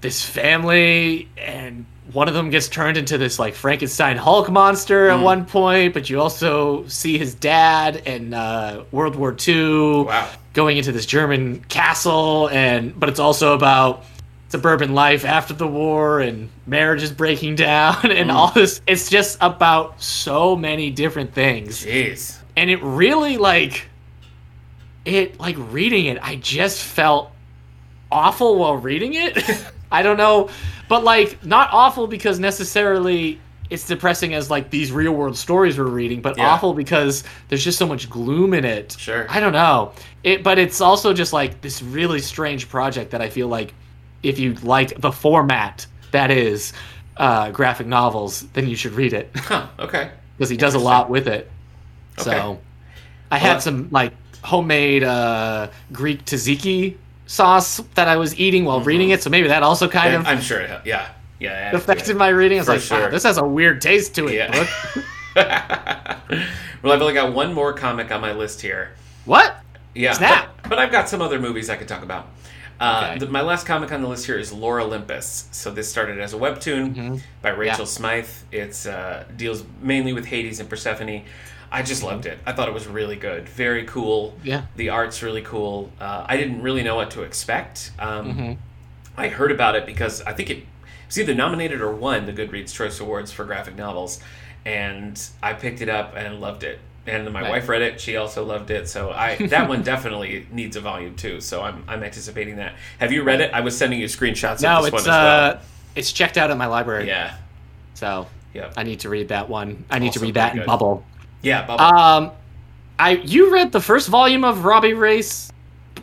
this family and one of them gets turned into this like Frankenstein Hulk monster at one point, but you also see his dad and uh, World War II Wow. going into this German castle, and but it's also about suburban life after the war and marriages breaking down and all this. It's just about so many different things Jeez. and it really like it like reading it i just felt awful while reading it i don't know but like not awful because necessarily it's depressing as like these real world stories we're reading, but Yeah. awful because there's just so much gloom in it. Sure. I don't know. It but it's also just like this really strange project that I feel like if you liked the format that is uh, graphic novels, then you should read it Huh. Okay. because he does a lot with it. Okay. So I had Well- some like homemade uh, Greek tzatziki sauce that I was eating Mm-hmm. while reading it, so maybe that also kind of I'm sure it helped. Yeah. Yeah. it had to affected my reading. I was For like, wow, sure. this has a weird taste to it. Yeah. Brooke. do it. well, I've only got one more comic on my list here. What? Yeah. Snap. But, but I've got some other movies I could talk about. Uh, Okay. the, my last comic on the list here is Lore Olympus. So this started as a webtoon by Rachel Mm-hmm. Yeah. Smythe. It's uh, deals mainly with Hades and Persephone. I just loved it. I thought it was really good, very cool. Mm-hmm. Yeah. The art's really cool. Uh, I didn't really know what to expect. Um, Mm-hmm. I heard about it because I think it was either nominated or won the Goodreads Choice Awards for graphic novels, and I picked it up and loved it. And my Right. wife read it; she also loved it. So I that one definitely needs a volume two. So I'm I'm anticipating that. Have you read it? I was sending you screenshots No, of this one it's as well. uh, it's checked out at my library. yeah, So yeah, I need to read that one. I need Also to read that pretty in good. Bubble. yeah. Bubble. Um, I you read the first volume of Robbie Ray's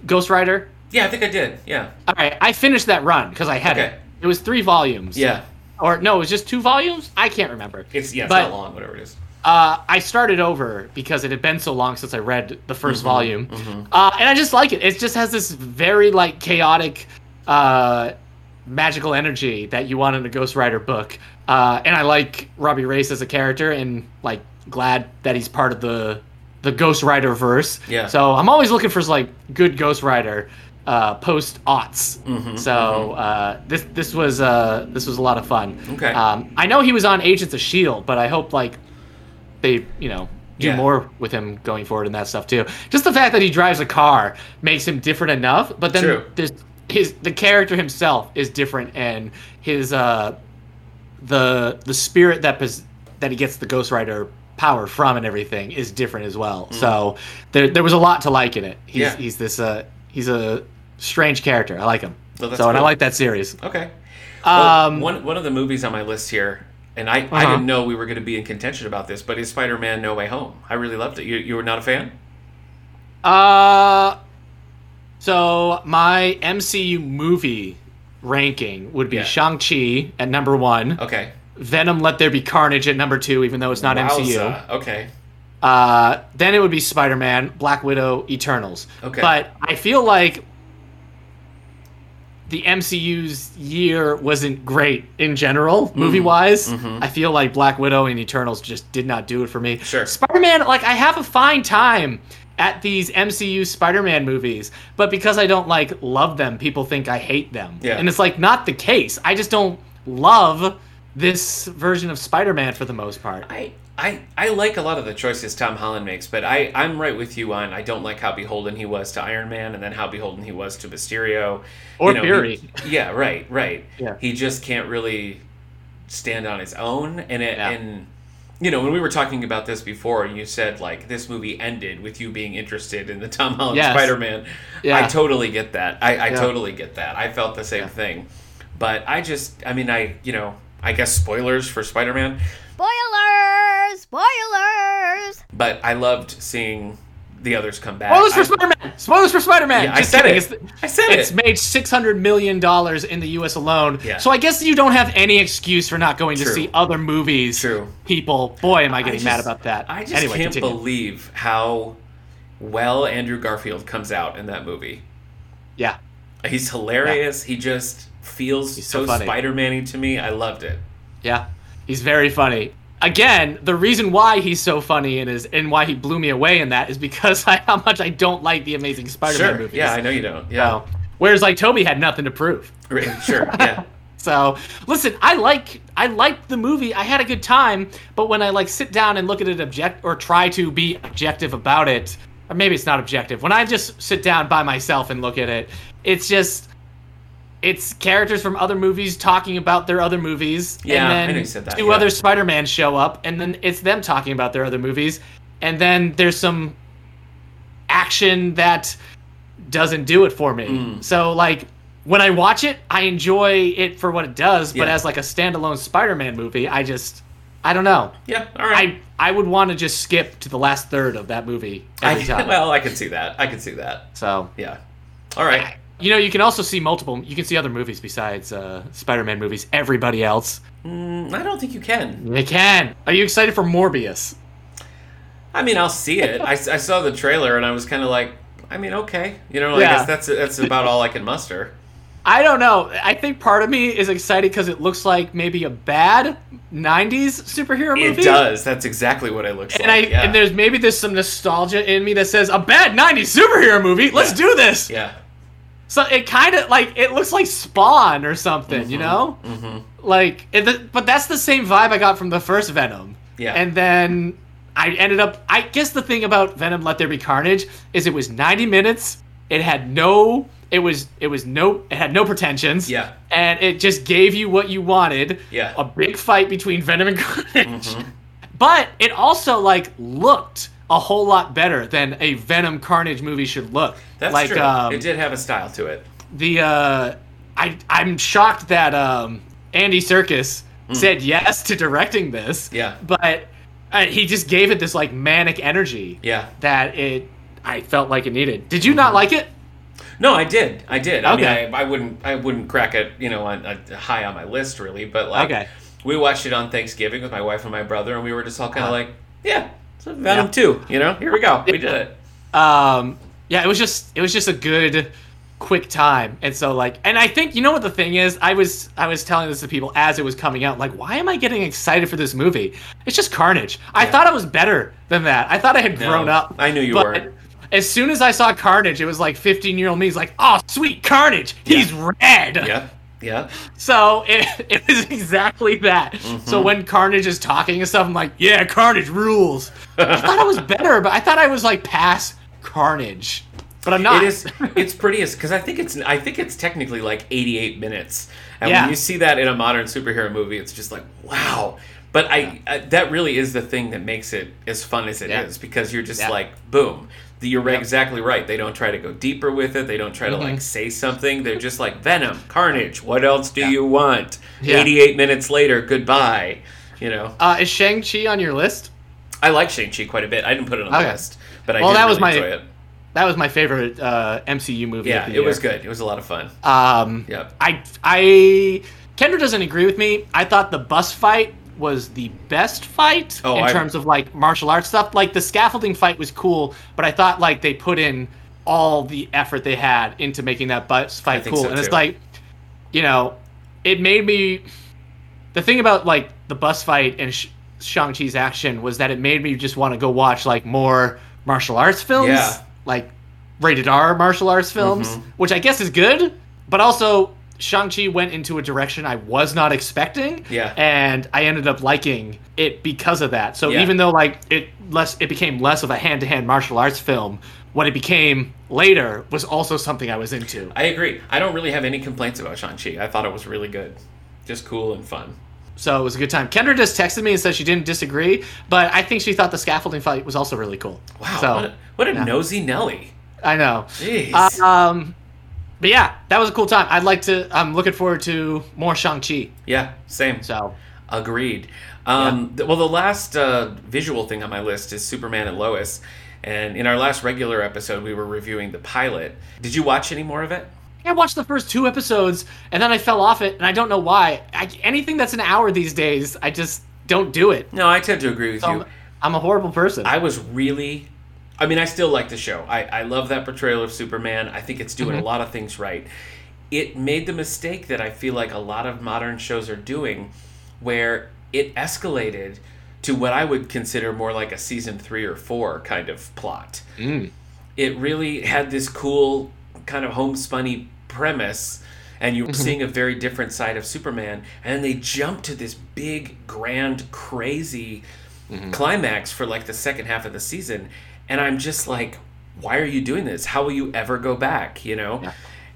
Ghost Rider? yeah, I think I did. Yeah, All right, I finished that run because I had Okay. it. It was three volumes. yeah. Or no, it was just two volumes. I can't remember. It's yeah, it's But- not long, whatever it is. uh, I started over because it had been so long since I read the 1st Mm-hmm, volume, uh, and I just like it. It just has this very like chaotic, uh, magical energy that you want in a Ghost Rider book. Uh, and I like Robbie Race as a character, and like glad that he's part of the the Ghost Rider verse. Yeah. So I'm always looking for like good Ghost Rider uh, post aughts. Mm-hmm, so Uh, this this was uh, this was a lot of fun. Okay. Um, I know he was on Agents of Shield, but I hope like they you know do Yeah. more with him going forward and that stuff too. Just the fact that he drives a car makes him different enough, but then True. there's his the character himself is different and his uh the the spirit that pos- that he gets the Ghost Rider power from and everything is different as well. So there there was a lot to like in it. Mm. He's Yeah. he's this uh he's a strange character. I like him. Well, that's so and I cool. like that series. Okay. Well, Um, one one of the movies on my list here, and I, I Uh-huh. didn't know we were going to be in contention about this, but is Spider Man No Way Home? I really loved it. You you were not a fan? Uh, so my MCU movie ranking would be Yeah. Shang Chi at number one, Okay. Venom: Let There Be Carnage at number two, even though it's not MCU. Wowza. Okay. Uh, then it would be Spider Man, Black Widow, Eternals. Okay. But I feel like the MCU's year wasn't great in general, Mm-hmm. movie wise. I feel like Black Widow and Eternals just did not do it for me. Sure. Spider Man, like, I have a fine time at these MCU Spider Man movies, but because I don't, like, love them, people think I hate them. Yeah. And it's, like, not the case. I just don't love this version of Spider Man for the most part. I, I I like a lot of the choices Tom Holland makes, but I I'm right with you on I don't like how beholden he was to Iron Man, and then how beholden he was to Mysterio Or You know, he- Fury. yeah. Right. Right. Yeah. He just can't really stand on his own, and it Yeah. and. You know, when we were talking about this before, you said like this movie ended with you being interested in the Tom Holland Yes. Spider-Man. I Yeah. totally get that. I, I Yeah. totally get that. I felt the same Yeah. thing, but I just, I mean, I, you know, I guess spoilers for Spider-Man. Spoilers! Spoilers! but I loved seeing the others come back. Spoilers for I- Spider Man. Spoilers for Spider Man. Yeah, I said it. I said it's it. made six hundred million dollars in the U.S. alone. Yeah. So I guess you don't have any excuse for not going to True. see other movies. True. People, boy, am I getting just- mad about that. I just anyway, can't continue. believe how well Andrew Garfield comes out in that movie. Yeah, He's hilarious. He just feels He's so, so funny. Spider-Man-y to me. I loved it. yeah, he's very funny. Again, the reason why he's so funny and is and why he blew me away in that is because I, how much I don't like the Amazing Spider-Man sure. movies. Yeah, I know you don't. Yeah. So, whereas like Toby had nothing to prove. Right, sure. Yeah. So listen, I like I liked the movie. I had a good time, but when I like sit down and look at it object or try to be objective about it, or maybe it's not objective. When I just sit down by myself and look at it, it's just it's characters from other movies talking about their other movies, Yeah, I and then know you said that, two yeah. other Spider-Man show up, and then it's them talking about their other movies, and then there's some action that doesn't do it for me. Mm. So like when I watch it, I enjoy it for what it does, but Yeah. as like a standalone Spider-Man movie, I just I don't know. Yeah, all right. I I would want to just skip to the last third of that movie every I time. well, I can see that. I can see that. so Yeah. All right. you know, you can also see multiple. You can see other movies besides uh, Spider-Man movies. Everybody else, Mm, I don't think you can. they can. Are you excited for Morbius? I mean, I'll see it. I, s- I saw the trailer and I was kind of like, I mean, okay. You know, I Yeah. guess that's that's about all I can muster. I don't know. I think part of me is excited because it looks like maybe a bad '90s superhero It movie. does. That's exactly what it looks And I like. yeah. and there's maybe there's some nostalgia in me that says a bad '90s superhero movie. Let's Yeah. do this. yeah. So it kind of like it looks like Spawn or something, you know? hmm Like, it, but that's the same vibe I got from the first Venom. Yeah. And then I ended up. I guess the thing about Venom: Let There Be Carnage is it was 90 minutes. It had no. It was. It was no. It had no pretensions. Yeah. And it just gave you what you wanted. Yeah. Mm-hmm. A big fight between Venom and Carnage. But it also like looked a whole lot better than a Venom Carnage movie should look. That's like, true. Um, it did have a style to it. the uh, I I'm shocked that um, Andy Circus said yes to directing this. Hmm. Yeah. but uh, he just gave it this like manic energy Yeah. Mm-hmm. that it I felt like it needed. Did you not like it? No, I did. I did. I Okay. mean, I, I wouldn't. I wouldn't crack it. You know, on, uh, high on my list, really. But like, Okay. we watched it on Thanksgiving with my wife and my brother, and we were just all kind of Uh-huh. like, "Yeah, so Venom Yeah. two. You know, here we go. We did it. Um, yeah, it was just it was just a good quick time and so like and i think you know what the thing is i was i was telling this to people as it was coming out like why am i getting excited for this movie it's just carnage i thought it was better than that i thought i had No, grown up I knew you But weren't. As soon as I saw Carnage, it was like 15 year old me's like, oh, sweet Carnage. He's red. Yeah, yeah, So it, it was exactly that. Mm-hmm. So when Carnage is talking and stuff, I'm like, yeah, Carnage rules. I thought I was better, but I thought I was like past Carnage. But I'm not. it is. It's pretty because I think it's. I think it's technically like eighty eight minutes, and Yeah. when you see that in a modern superhero movie, it's just like wow. But I, I that really is the thing that makes it as fun as it is Yeah. because you're just Yeah. like boom. The- You're Yep. Mm-hmm. exactly right. They don't try to go deeper with it. They don't try to like say something. They're just like Venom, Carnage. What else do you want? Yeah. Eighty eight minutes later, goodbye. You know, Uh, is Shang-Chi on your list? I like Shang Chi quite a bit. I didn't put it on the Okay. list, but I Oh, Well, did that was really my- enjoy it. That was my favorite uh, MCU movie. Yeah, of the it was year. good. It was a lot of fun. Um, Yep. I, I, Kendra doesn't agree with me. I thought the bus fight was the best fight Oh, in I- terms of like martial arts stuff. Like the scaffolding fight was cool, but I thought like they put in all the effort they had into making that bus fight think cool. so, and it's too. like, you know, it made me. The thing about like the bus fight and Sh- Shang Chi's action was that it made me just want to go watch like more martial arts films. Yeah. Like rated R martial arts films, Mm-hmm. which I guess is good, but also Shang-Chi went into a direction I was not expecting. Yeah. And I ended up liking it because of that. So Yeah. even though like it less it became less of a hand-to-hand martial arts film, what it became later was also something I was into. I agree. I don't really have any complaints about Shang-Chi. I thought it was really good. Just cool and fun. So it was a good time. Kendra just texted me and said she didn't disagree, but I think she thought the scaffolding fight was also really cool. Wow. So what a, what a nosy Nelly. I know. Jeez. Uh, um but yeah, that was a cool time. I'd like to I'm looking forward to more Shang-Chi. yeah, same. So Agreed. Um, th- well, the last uh, visual thing on my list is Superman and Lois. And in our last regular episode, we were reviewing the pilot. Did you watch any more of it? I watched the first two episodes and then I fell off it, and I don't know why. I, anything that's an hour these days, I just don't do it. No, I tend to agree with So you. I'm, I'm a horrible person. I was really. I mean, I still like the show. I, I love that portrayal of Superman. I think it's doing a lot of things right. It made the mistake that I feel like a lot of modern shows are doing, where it escalated to what I would consider more like a season three or four kind of plot it really had this cool kind of homespunny premise and you were seeing a very different side of superman and then they jumped to this big grand crazy climax for like the second half of the season and i'm just like why are you doing this how will you ever go back you know Yeah.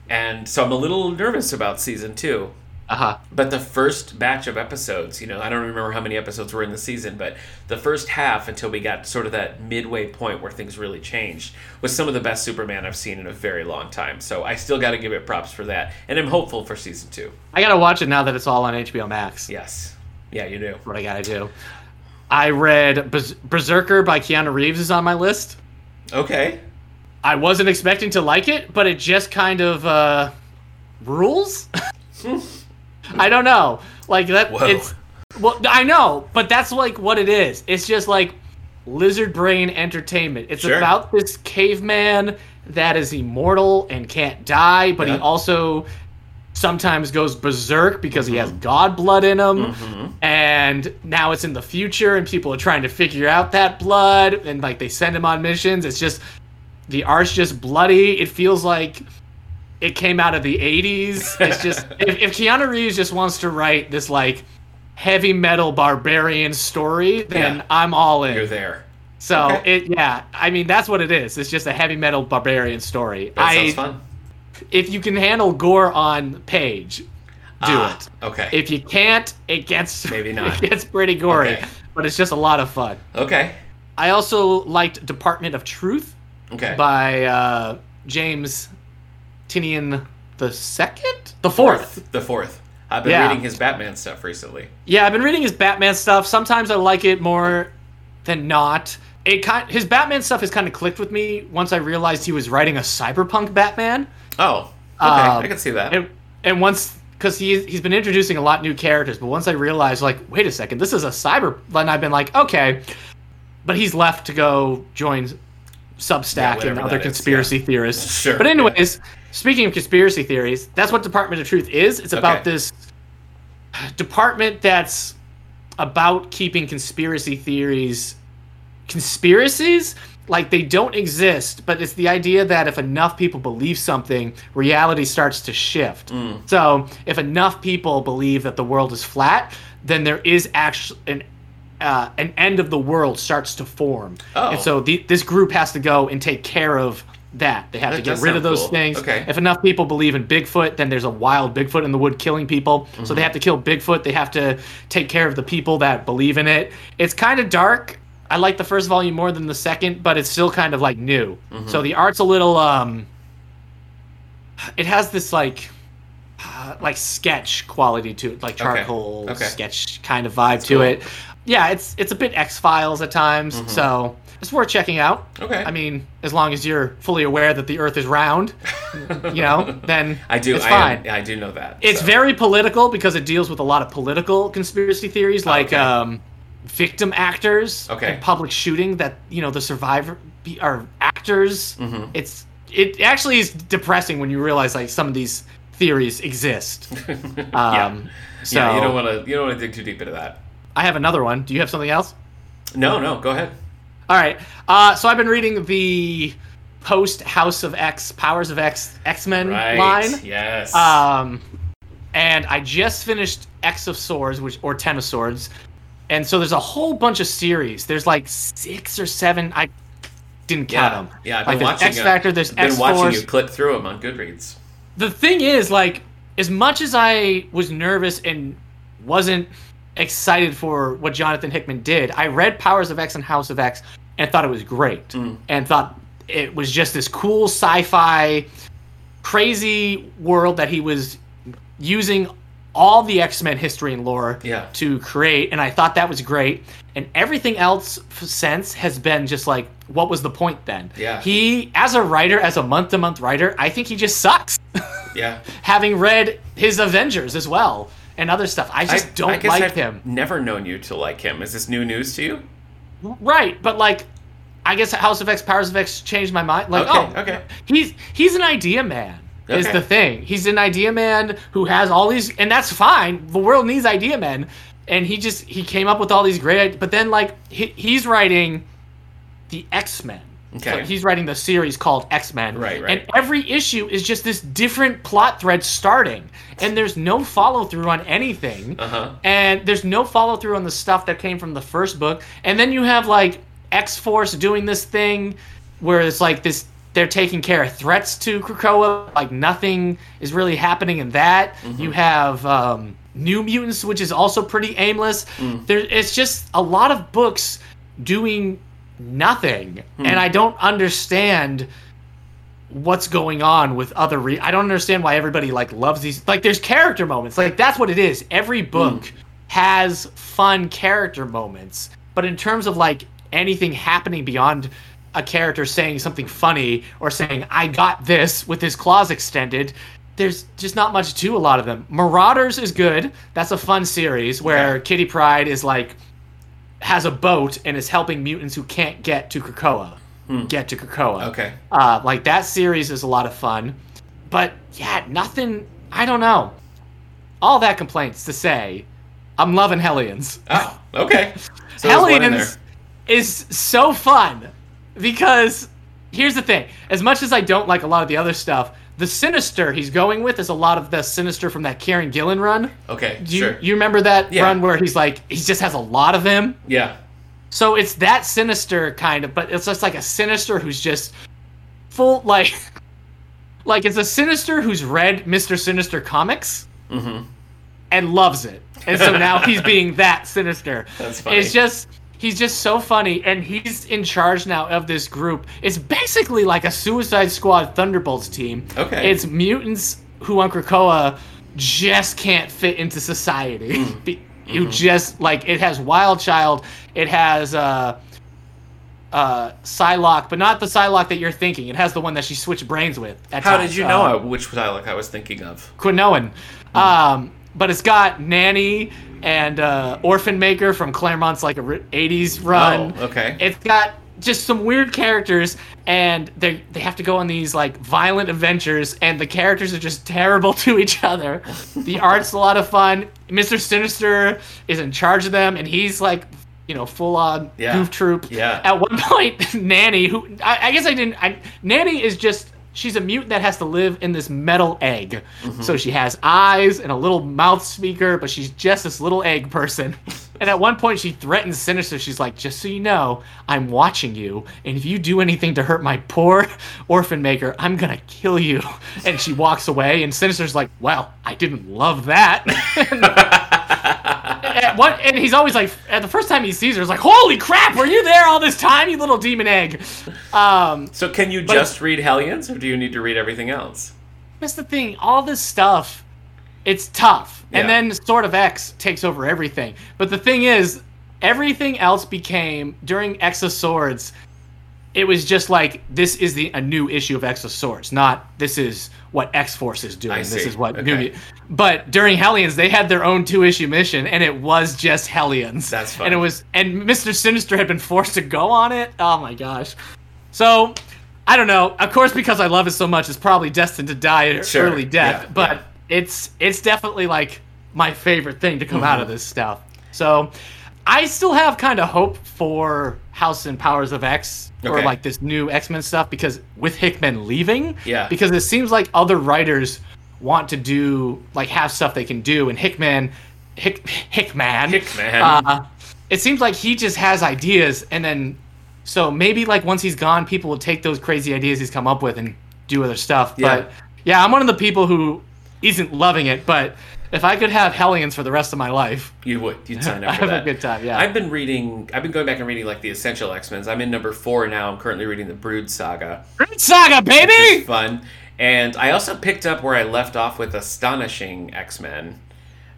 and so i'm a little nervous about season two uh huh. but the first batch of episodes, you know, I don't remember how many episodes were in the season, but the first half until we got sort of that midway point where things really changed was some of the best Superman I've seen in a very long time. So I still got to give it props for that. And I'm hopeful for season two. I gotta watch it now that it's all on HBO Max. Yes. Yeah, you do. What I gotta do? I read Bers- Berserker by Keanu Reeves is on my list. Okay. I wasn't expecting to like it, but it just kind of uh, rules. I don't know. Like that. Whoa. It's well, I know, but that's like what it is. It's just like lizard brain entertainment. It's Sure. about this caveman that is immortal and can't die, but Yeah. he also sometimes goes berserk because he has Mm-hmm. god blood in him hmm and now it's in the future and people are trying to figure out that blood and like they send him on missions it's just the art's just bloody it feels like it came out of the 80s it's just if, if keanu reeves just wants to write this like heavy metal barbarian story then Yeah. i'm all in You're there. so okay. it yeah i mean that's what it is it's just a heavy metal barbarian story That i sounds fun. if you can handle gore on page do Ah, it Okay. if you can't, it gets Maybe not. It gets pretty gory, Okay. but it's just a lot of fun. okay. I also liked Department of Truth Okay. by uh, James Tinian the second, the fourth. The fourth. I've been Yeah. reading his Batman stuff recently. Yeah, I've been reading his Batman stuff. Sometimes I like it more than not. It kind his Batman stuff has kind of clicked with me once I realized he was writing a cyberpunk Batman. Oh. Okay. Um, I can see that. and, and once because he he's been introducing a lot new characters but once i realized like wait a second this is a cyber and i've been like okay but he's left to go join Yeah, substack and whatever other that is, conspiracy theorists Sure, but yeah. anyways speaking of conspiracy theories that's what department of truth is it's about Okay. this department that's about keeping conspiracy theories conspiracies like they don't exist but it's the idea that if enough people believe something reality starts to shift so if enough people believe that the world is flat then there is actually an uh, an end of the world starts to form Oh. and so the, this group has to go and take care of that they have That to get does rid of sound those cool. things Okay. if enough people believe in Bigfoot, then there's a wild Bigfoot in the wood killing people. So Mm-hmm. they have to kill Bigfoot. They have to take care of the people that believe in it. It's kind of dark. I like the first volume more than the second, but it's still kind of like new. Mm-hmm. So the art's a little um it has this like uh, like sketch quality to it, like charcoal Okay. sketch kind of vibe to cool. Mm-hmm. it. Yeah, it's it's a bit X-Files at times, so it's worth checking out. okay. I mean, as long as you're fully aware that the Earth is round, you know, then I do. It's I fine. Am, I do know that. it's so. very political because it deals with a lot of political conspiracy theories, like okay. um, victim actors Okay. and public shooting. That you know, the survivor be, are actors. Mhm. It's it actually is depressing when you realize like some of these theories exist. Um, So yeah. You don't want to. You don't want to dig too deep into that. I have another one. Do you have something else? No. No. Go ahead. All right. Uh, so I've been reading the post House of X, Powers of X, X Men Right. line. Yes. Um, and I just finished X of Swords, which or Ten of Swords, and so there's a whole bunch of series. There's like six or seven. I didn't count yeah. them. Yeah. I've like been there's watching. X Factor. There's I've been X watching Force. you clip through them on Goodreads. The thing is, like, as much as I was nervous and wasn't excited for what Jonathan Hickman did, I read Powers of X and House of X and thought it was great, Mm. and thought it was just this cool sci-fi crazy world that he was using all the X-Men history and lore Yeah. to create and I thought that was great and everything else f- since has been just like what was the point then Yeah. he as a writer as a month to month writer I think he just sucks Yeah. having read his Avengers as well and other stuff I just don't I guess like I've him Never known you to like him. Is this new news to you? right but like I guess House of X Powers of X changed my mind like okay. oh Okay. he's he's an idea man is Okay. the thing he's an idea man who has all these and that's fine the world needs idea men and he just he came up with all these great ide- but then like he, he's writing the x-men so Okay. he's writing the series called x-men Right, right. and every issue is just this different plot thread starting and there's no follow-through on anything Uh huh. and there's no follow through on the stuff that came from the first book. And then you have like X Force doing this thing where it's like this they're taking care of threats to Krakoa, like nothing is really happening in that. You have um, New Mutants, which is also pretty aimless. There, it's just a lot of books doing nothing, and I don't understand what's going on with other re- I don't understand why everybody like loves these like there's character moments. Like that's what it is. Every book has fun character moments, but in terms of like anything happening beyond a character saying something funny or saying "I got this" with his claws extended, there's just not much to a lot of them. Marauders is good. That's a fun series where Kitty Pride is like has a boat and is helping mutants who can't get to Krakoa. Get to Krakoa. Okay. Uh, like that series is a lot of fun, but yeah, nothing. I don't know. All that complaints to say, I'm loving Hellions. Oh, okay. So there's one in there. Hellions is so fun because here's the thing: as much as I don't like a lot of the other stuff, the sinister he's going with is a lot of the sinister from that Karen Gillan run. Okay, Do you, sure. you remember that Yeah. run where he's like he just has a lot of them? yeah. So it's that sinister kind of, but it's just like a sinister who's just full like, like it's a sinister who's read Mister Sinister comics Mm-hmm. and loves it, and so now he's being that sinister. That's funny. It's just he's just so funny, and he's in charge now of this group. It's basically like a Suicide Squad Thunderbolts team. Okay. it's mutants who on Krakoa just can't fit into society. Hmm. Be- You Mm-hmm. just like it has Wild Child, it has uh uh Psylocke, but not the Psylocke that you're thinking. It has the one that she switched brains with. At How times. did you Uh, know I, which Psylocke I was thinking of? Quinoan. Um, but it's got Nanny and uh, Orphan Maker from Claremont's like a ri- 80s run. Oh, okay. It's got just some weird characters, and they they have to go on these like violent adventures, and the characters are just terrible to each other. The art's a lot of fun. Mister Sinister is in charge of them, and he's like, you know, full on Yeah. goof troop. Yeah. At one point, Nanny, who I, I guess I didn't, I, Nanny is just she's a mutant that has to live in this metal egg, so she has eyes and a little mouth speaker, but she's just this little egg person. And at one point, she threatens Sinister. She's like, "Just so you know, I'm watching you, and if you do anything to hurt my poor orphan maker, I'm gonna kill you." And she walks away, and Sinister's like, "Well, I didn't love that." at one, and he's always like, at the first time he sees her, he's like, "Holy crap, were you there all this time, you little demon egg?" Um, So can you just read Hellions, or do you need to read everything else? that's the thing. All this stuff, it's tough, and Yeah. then sort of X takes over everything. But the thing is, everything else became during X of Swords. It was just like this is the a new issue of X of Swords, not this is what X Force is doing. I This see. is what Okay. new. But during Hellions, they had their own two issue mission, and it was just Hellions. That's And funny. it was and Mr. Sinister had been forced to go on it. Oh my gosh. So I don't know. Of course, because I love it so much, it's probably destined to die an Sure. early death. Yeah, but yeah. it's it's definitely like my favorite thing to come out Mm-hmm. of this stuff. So I still have kind of hope for House and Powers of X or Okay. like this new X Men stuff because with Hickman leaving, Yeah. because it seems like other writers want to do like have stuff they can do, and Hickman, Hick, Hickman, Hickman. Uh, it seems like he just has ideas, and then so maybe like once he's gone, people will take those crazy ideas he's come up with and do other stuff. Yeah. But yeah, I'm one of the people who isn't loving it, but if I could have Hellions for the rest of my life, You would. You'd sign I up for have that. a good time. Yeah. I've been reading. I've been going back and reading like the essential X Men's. I'm in number four now. I'm currently reading the Brood Saga. Root Saga, It's baby! fun. And I also picked up where I left off with Astonishing X Men.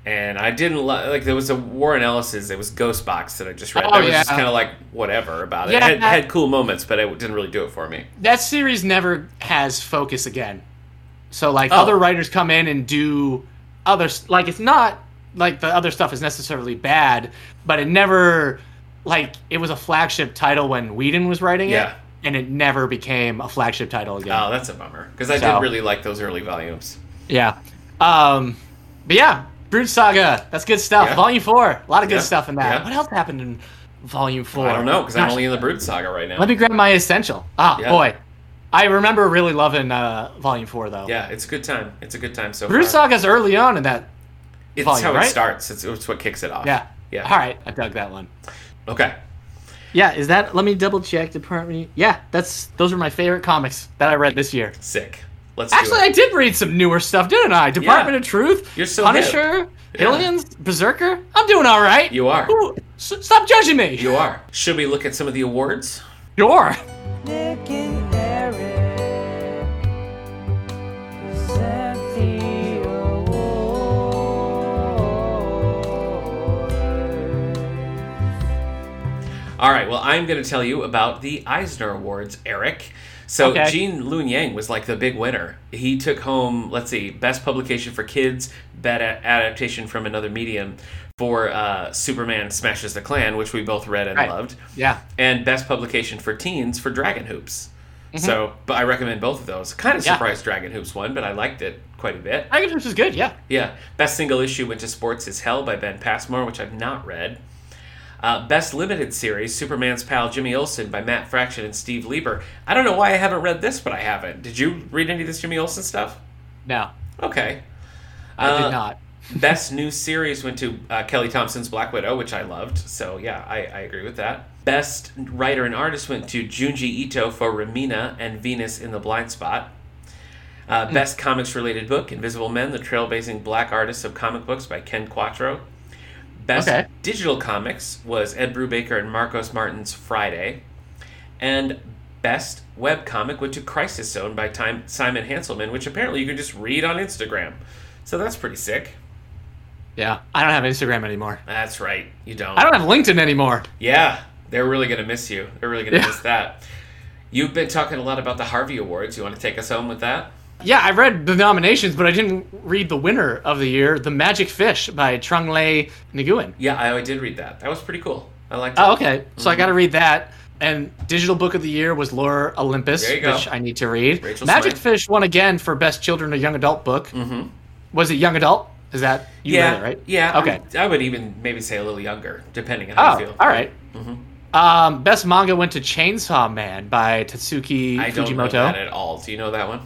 And I didn't li- like there was a Warren Ellis's. It was Ghost Box that I just read. Oh, I was yeah. just kind of like whatever about it. Yeah. It had, had cool moments, but it didn't really do it for me. That series never has focus again. So, like, Oh. other writers come in and do other, s- like, it's not like the other stuff is necessarily bad, but it never, like, it was a flagship title when Whedon was writing Yeah. it, and it never became a flagship title again. Oh, that's a bummer because I So- did really like those early volumes. Yeah. Um, but yeah, Brood Saga. That's good stuff. Yeah. Volume four. A lot of good Yeah. stuff in that. Yeah. What else happened in Volume four? I don't know because I'm Gosh, only in the Brood Saga right now. Let me grab my essential. Ah, Yeah. boy. I remember really loving uh, Volume four though. yeah, it's a good time. It's a good time so Brood far. Saga's early on in that. It's volume, how it right? starts. It's, it's what kicks it off. Yeah. Yeah. All right, I dug that one. Okay. Yeah, is that? Let me double check. Department. Yeah, that's. Those were my favorite comics that I read this year. Sick. Let's Actually, do it. I did read some newer stuff, didn't I? Department of Truth, You're so Punisher, Yeah. Aliens, Berserker. I'm doing all right. You are. Ooh, s- stop judging me. You are. Should we look at some of the awards? Sure. Nick and Eric present the award. All right, well, I'm going to tell you about the Eisner Awards, Eric. So Okay. Gene Lun Yang was like the big winner. He took home, let's see, best publication for kids, best a- adaptation from another medium for uh, Superman Smashes the Klan, which we both read and Right. loved, Yeah. and best publication for teens for Dragon Hoops. So, but I recommend both of those. Kind of Yeah. surprised Dragon Hoops won, but I liked it quite a bit. I guess this is good. Yeah. Yeah. Best single issue went to Sports is Hell by Ben Passmore, which I've not read. Uh, best limited series, Superman's Pal Jimmy Olsen by Matt Fraction and Steve Lieber. I don't know why I haven't read this, but I haven't. Did you read any of this Jimmy Olsen stuff? No, Okay. I Uh, did not. Best new series went to uh, Kelly Thompson's Black Widow, which I loved. So yeah, I, I agree with that. Best writer and artist went to Junji Ito for Ramina and Venus in the Blind Spot. Uh, Best comics related book Invisible Men, the trailblazing black artists of comic books by Ken Quattro. Best Okay. digital comics was Ed Brubaker and Marcos Martin's Friday. And best web comic went to Crisis Zone by Time- Simon Hanselman, which apparently you can just read on Instagram. So that's pretty sick. Yeah, I don't have Instagram anymore. That's right. You don't. I don't have LinkedIn anymore. Yeah, they're really gonna miss you. They're really gonna Yeah. miss that. You've been talking a lot about the Harvey Awards. You want to take us home with that? Yeah, I read the nominations, but I didn't read the winner of the year, The Magic Fish by Trung Le Nguyen. Yeah, I, I did read that. That was pretty cool. I liked it. Oh, okay. So I Mm-hmm. got to read that. And digital book of the year was Laura Olympus, There you go. which I need to read. Rachel Magic Swain. Mm. Fish won again for best children or young adult book. Mm-hmm. Was it young adult? Is that you yeah, read it, right? Yeah. Okay. I would, I would even maybe say a little younger, depending on how you Oh, feel. all right. Mm-hmm. Um, best manga went to Chainsaw Man by Tatsuki I don't Fujimoto. know that at all. Do you know that one?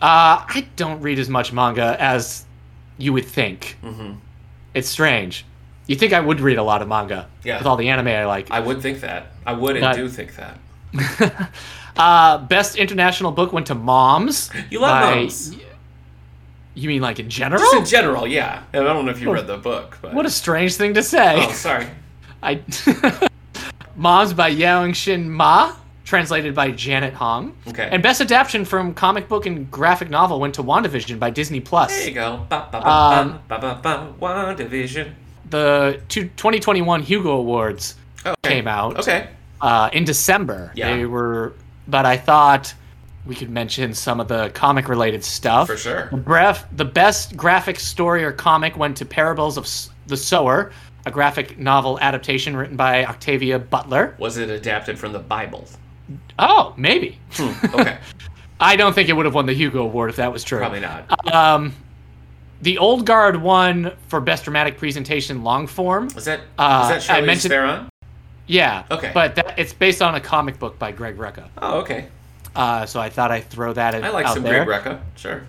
Uh, I don't read as much manga as you would think. Mhm. It's strange. You think I would read a lot of manga Yeah. with all the anime I like. I would think that. I would and But- do think that. uh, best international book went to Moms. You love by- moms. You mean like in general? Just in general, yeah. And I don't know if you read the book, but what a strange thing to say. oh, sorry. I Moms by Yang Shin Ma, translated by Janet Hong. Okay. And best adaptation from comic book and graphic novel went to WandaVision by Disney Plus. There you go. Ba ba Um, ba ba ba ba. One division. The two, 2021 Hugo Awards Oh, okay. came out. Okay. uh, in December. Yeah. They were, but I thought we could mention some of the comic related stuff. For sure. The, bref, the best graphic story or comic went to Parables of S- the Sower, a graphic novel adaptation written by Octavia Butler. Was it adapted from the Bible? Oh, maybe. Hmm. Okay, I don't think it would have won the Hugo Award if that was true. probably not. Um, the Old Guard won for best dramatic presentation long form. Was that uh, was that I Charlize mentioned- Theron? Yeah. Okay. But that, it's based on a comic book by Greg Rucka. Oh, okay. Uh, so I thought I'd throw that in. I like out some there. Greg Rucka. Sure.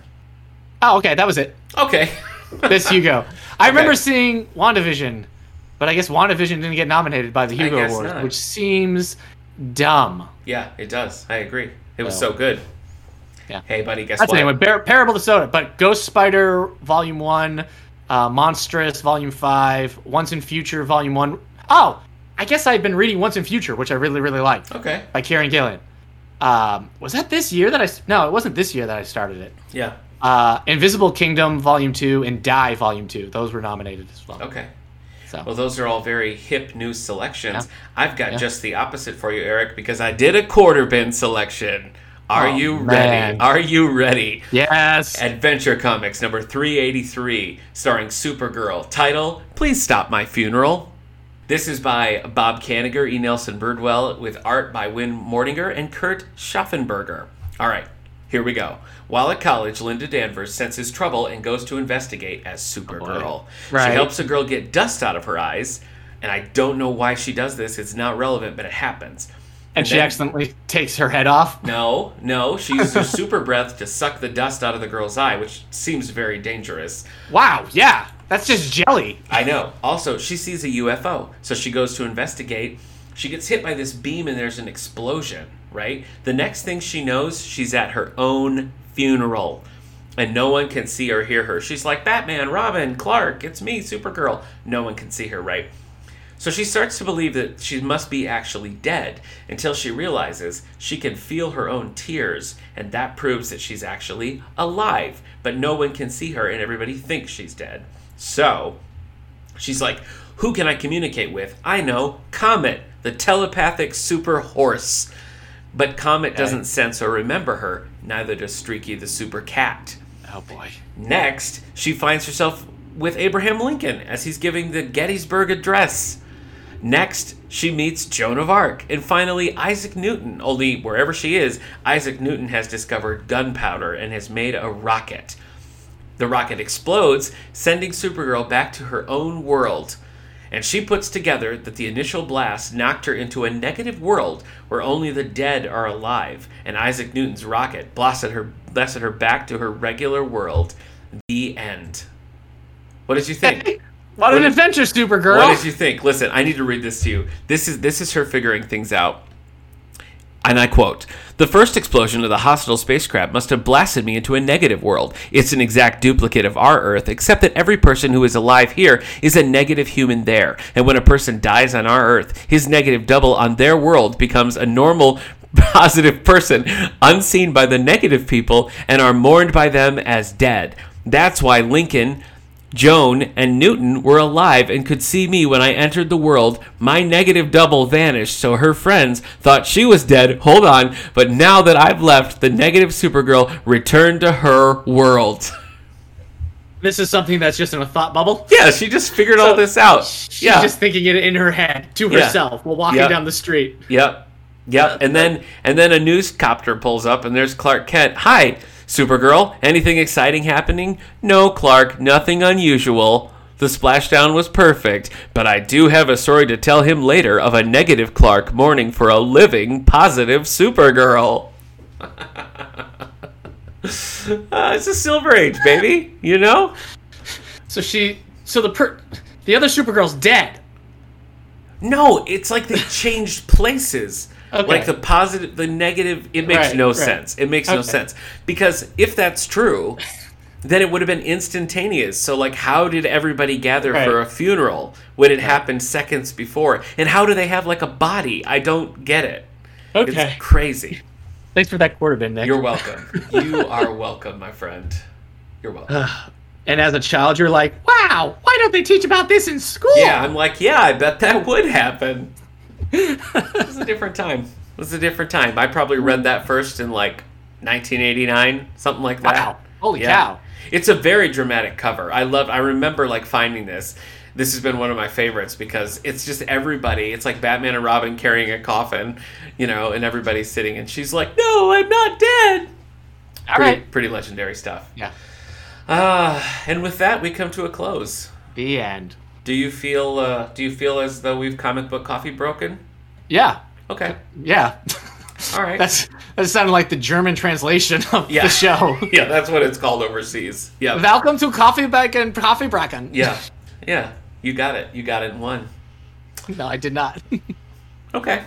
Oh, okay, that was it. Okay. That's Hugo. I remember Okay. seeing WandaVision, but I guess WandaVision didn't get nominated by the I Hugo guess Award, not. which seems dumb. yeah, it does. I agree. It was So- so good. Yeah. Hey, buddy. Guess That's what? anyway. Par- Parable to Soda, but Ghost Spider Volume One, uh, Monstrous Volume Five, Once in Future Volume One. Oh, I guess I've been reading Once in Future, which I really really liked Okay. by Karen Gillan. Um, was that this year that I? s- No, it wasn't this year that I started it. Yeah. Uh, Invisible Kingdom Volume Two and Die Volume Two. Those were nominated as well. Okay. So. Well, those are all very hip new selections. Yeah. I've got Yeah. just the opposite for you, Eric, because I did a quarter bin selection. Are Oh, you man. ready? Are you ready? Yes. Adventure Comics number 383, starring Supergirl. Title Please Stop My Funeral. This is by Bob Kaniger, E. Nelson Birdwell, with art by Win Mortinger and Kurt Schaffenberger. All right, here we go. While at college, Linda Danvers senses trouble and goes to investigate as Supergirl. Oh, Right. She helps a girl get dust out of her eyes, and I don't know why she does this. It's not relevant, but it happens. and she then- accidentally takes her head off. no, no. She used her super breath to suck the dust out of the girl's eye, which seems very dangerous. Wow, yeah, that's just jelly. I know. Also, she sees a UFO, so she goes to investigate. She gets hit by this beam and there's an explosion, right? The next thing she knows, she's at her own funeral. And no one can see or hear her. She's like, Batman, Robin, Clark, it's me, Supergirl. No one can see her, right? So she starts to believe that she must be actually dead until she realizes she can feel her own tears, and that proves that she's actually alive. But no one can see her, and everybody thinks she's dead. So she's like, Who can I communicate with? I know, Comet, the telepathic super horse. But Comet Okay. doesn't sense or remember her, neither does Streaky the super cat. Oh boy. Next, she finds herself with Abraham Lincoln as he's giving the Gettysburg Address. Next, she meets Joan of Arc. And finally, Isaac Newton. Only wherever she is, Isaac Newton has discovered gunpowder and has made a rocket. The rocket explodes, sending Supergirl back to her own world. And she puts together that the initial blast knocked her into a negative world where only the dead are alive, and Isaac Newton's rocket blasted her, blasted her back to her regular world. The end. What did you think? What an What- adventure, Supergirl! What did you think? Listen, I need to read this to you. This is this is her figuring things out. And I quote The first explosion of the hostile spacecraft must have blasted me into a negative world. It's an exact duplicate of our Earth, except that every person who is alive here is a negative human there. And when a person dies on our Earth, his negative double on their world becomes a normal, positive person, unseen by the negative people, and are mourned by them as dead. That's why Lincoln. Joan and Newton were alive and could see me when I entered the world. My negative double vanished, so her friends thought she was dead. Hold on, but now that I've left, the negative Supergirl returned to her world. this is something that's just in a thought bubble. Yeah, she just figured all So, this out. She's yeah. just thinking it in her head to Yeah. herself while walking Yeah. down the street. Yep. Yep. And then and then a news copter pulls up and there's Clark Kent. Hi, Supergirl. Anything exciting happening? No, Clark, nothing unusual. The splashdown was perfect, but I do have a story to tell him later of a negative Clark mourning for a living positive Supergirl. Uh, it's a silver age, baby. You know? So she, so the per, the other Supergirl's dead. No, it's like they changed places. Okay. Like the positive, the negative, it makes Right, no right. sense. It makes no Okay. sense. Because if that's true, then it would have been instantaneous. So, like, how did everybody gather Right. for a funeral when it happened seconds before? And how do they have, like, a body? I don't get it. Okay. It's crazy. Thanks for that quarter bin, Nick. You're welcome. you are welcome, my friend. You're welcome. And as a child, you're like, wow, why don't they teach about this in school? Yeah, I'm like, yeah, I bet that would happen. it was a different time. It was a different time. I probably read that first in like 1989, something like that. Wow. Holy Yeah. cow. It's a very dramatic cover. I love I remember like finding this. This has been one of my favorites because it's just everybody. It's like Batman and Robin carrying a coffin, you know, and everybody's sitting and she's like, "No, I'm not dead." All pretty, right. pretty legendary stuff. Yeah. Ah, and with that we come to a close. The end. Do you feel uh, do you feel as though we've comic book coffee broken? Yeah. Okay. Yeah. All right. That's that sounded like the German translation of Yeah. the show. yeah, that's what it's called overseas. Yeah. Welcome to Coffee Bag and Coffee Bracken. yeah. Yeah. You got it. You got it in one. No, I did not. Okay.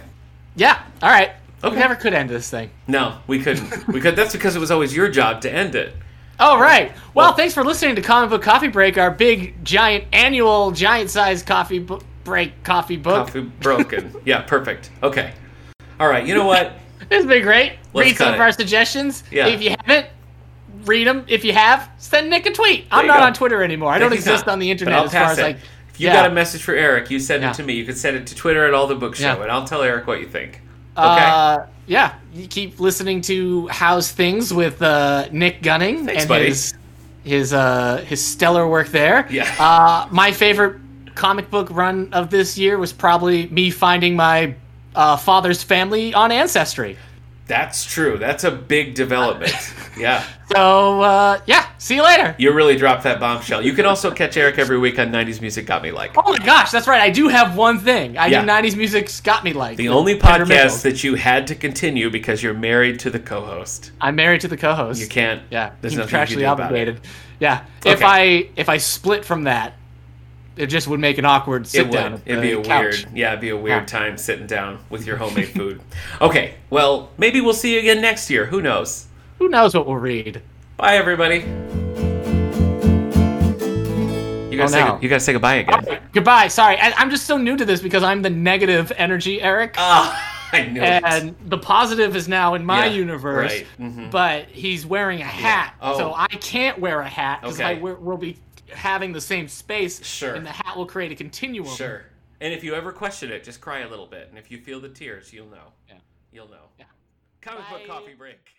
yeah. All right. Okay. We never could end this thing. No, we couldn't. we could that's because it was always your job to end it. All right. Well, Well- thanks for listening to Comic Book Coffee Break, our big, giant, annual, giant-sized coffee bo- break coffee book. Coffee broken. yeah, perfect. Okay. All right. You know what? It's been great. Let's read some cut of it. our suggestions. Yeah. If you haven't, read them. If you have, send Nick a tweet. I'm you not go. on Twitter anymore. I Thank don't you, exist Tom. on the But internet I'll as far pass as it. like. if you yeah. got a message for Eric, you send Yeah. it to me. You can send it to Twitter at all the book show Yeah. and I'll tell Eric what you think. Okay. Uh, yeah, you keep listening to How's Things with uh, Nick Gunning Thanks, and buddy. his his uh, his stellar work there. Yeah. Uh, my favorite comic book run of this year was probably me finding my uh, father's family on Ancestry. that's true. That's a big development. yeah. So uh, yeah, see you later. You really dropped that bombshell. You can also catch Eric every week on 90s Music Got Me Like. Oh my gosh, that's right. I do have one thing. I Yeah. do 90s music's got me like. The only Peter podcast Michels. that you had to continue because you're married to the co host. I'm married to the co-host. You can't. Yeah, There's he's nothing you can contractually do about it. obligated. Yeah, if I if I split from that, it just would make an awkward sit It down. would. at It'd the be a couch. weird. Yeah, it'd be a weird Yeah. time sitting down with your homemade food. Okay. Well, maybe we'll see you again next year. Who knows? Who knows what we'll read? Bye, everybody. You guys, Oh, say, no. you guys say goodbye again. Goodbye. Sorry, I, I'm just so new to this because I'm the negative energy Eric, Ah, I knew it. and the positive is now in my Yeah, universe. right, mhm. But he's wearing a hat, Oh. so I can't wear a hat because Okay. we'll be having the same space, Sure. and the hat will create a continuum. Sure. And if you ever question it, just cry a little bit. And if you feel the tears, you'll know. Yeah. You'll know. Yeah. Comic Bye. book coffee break.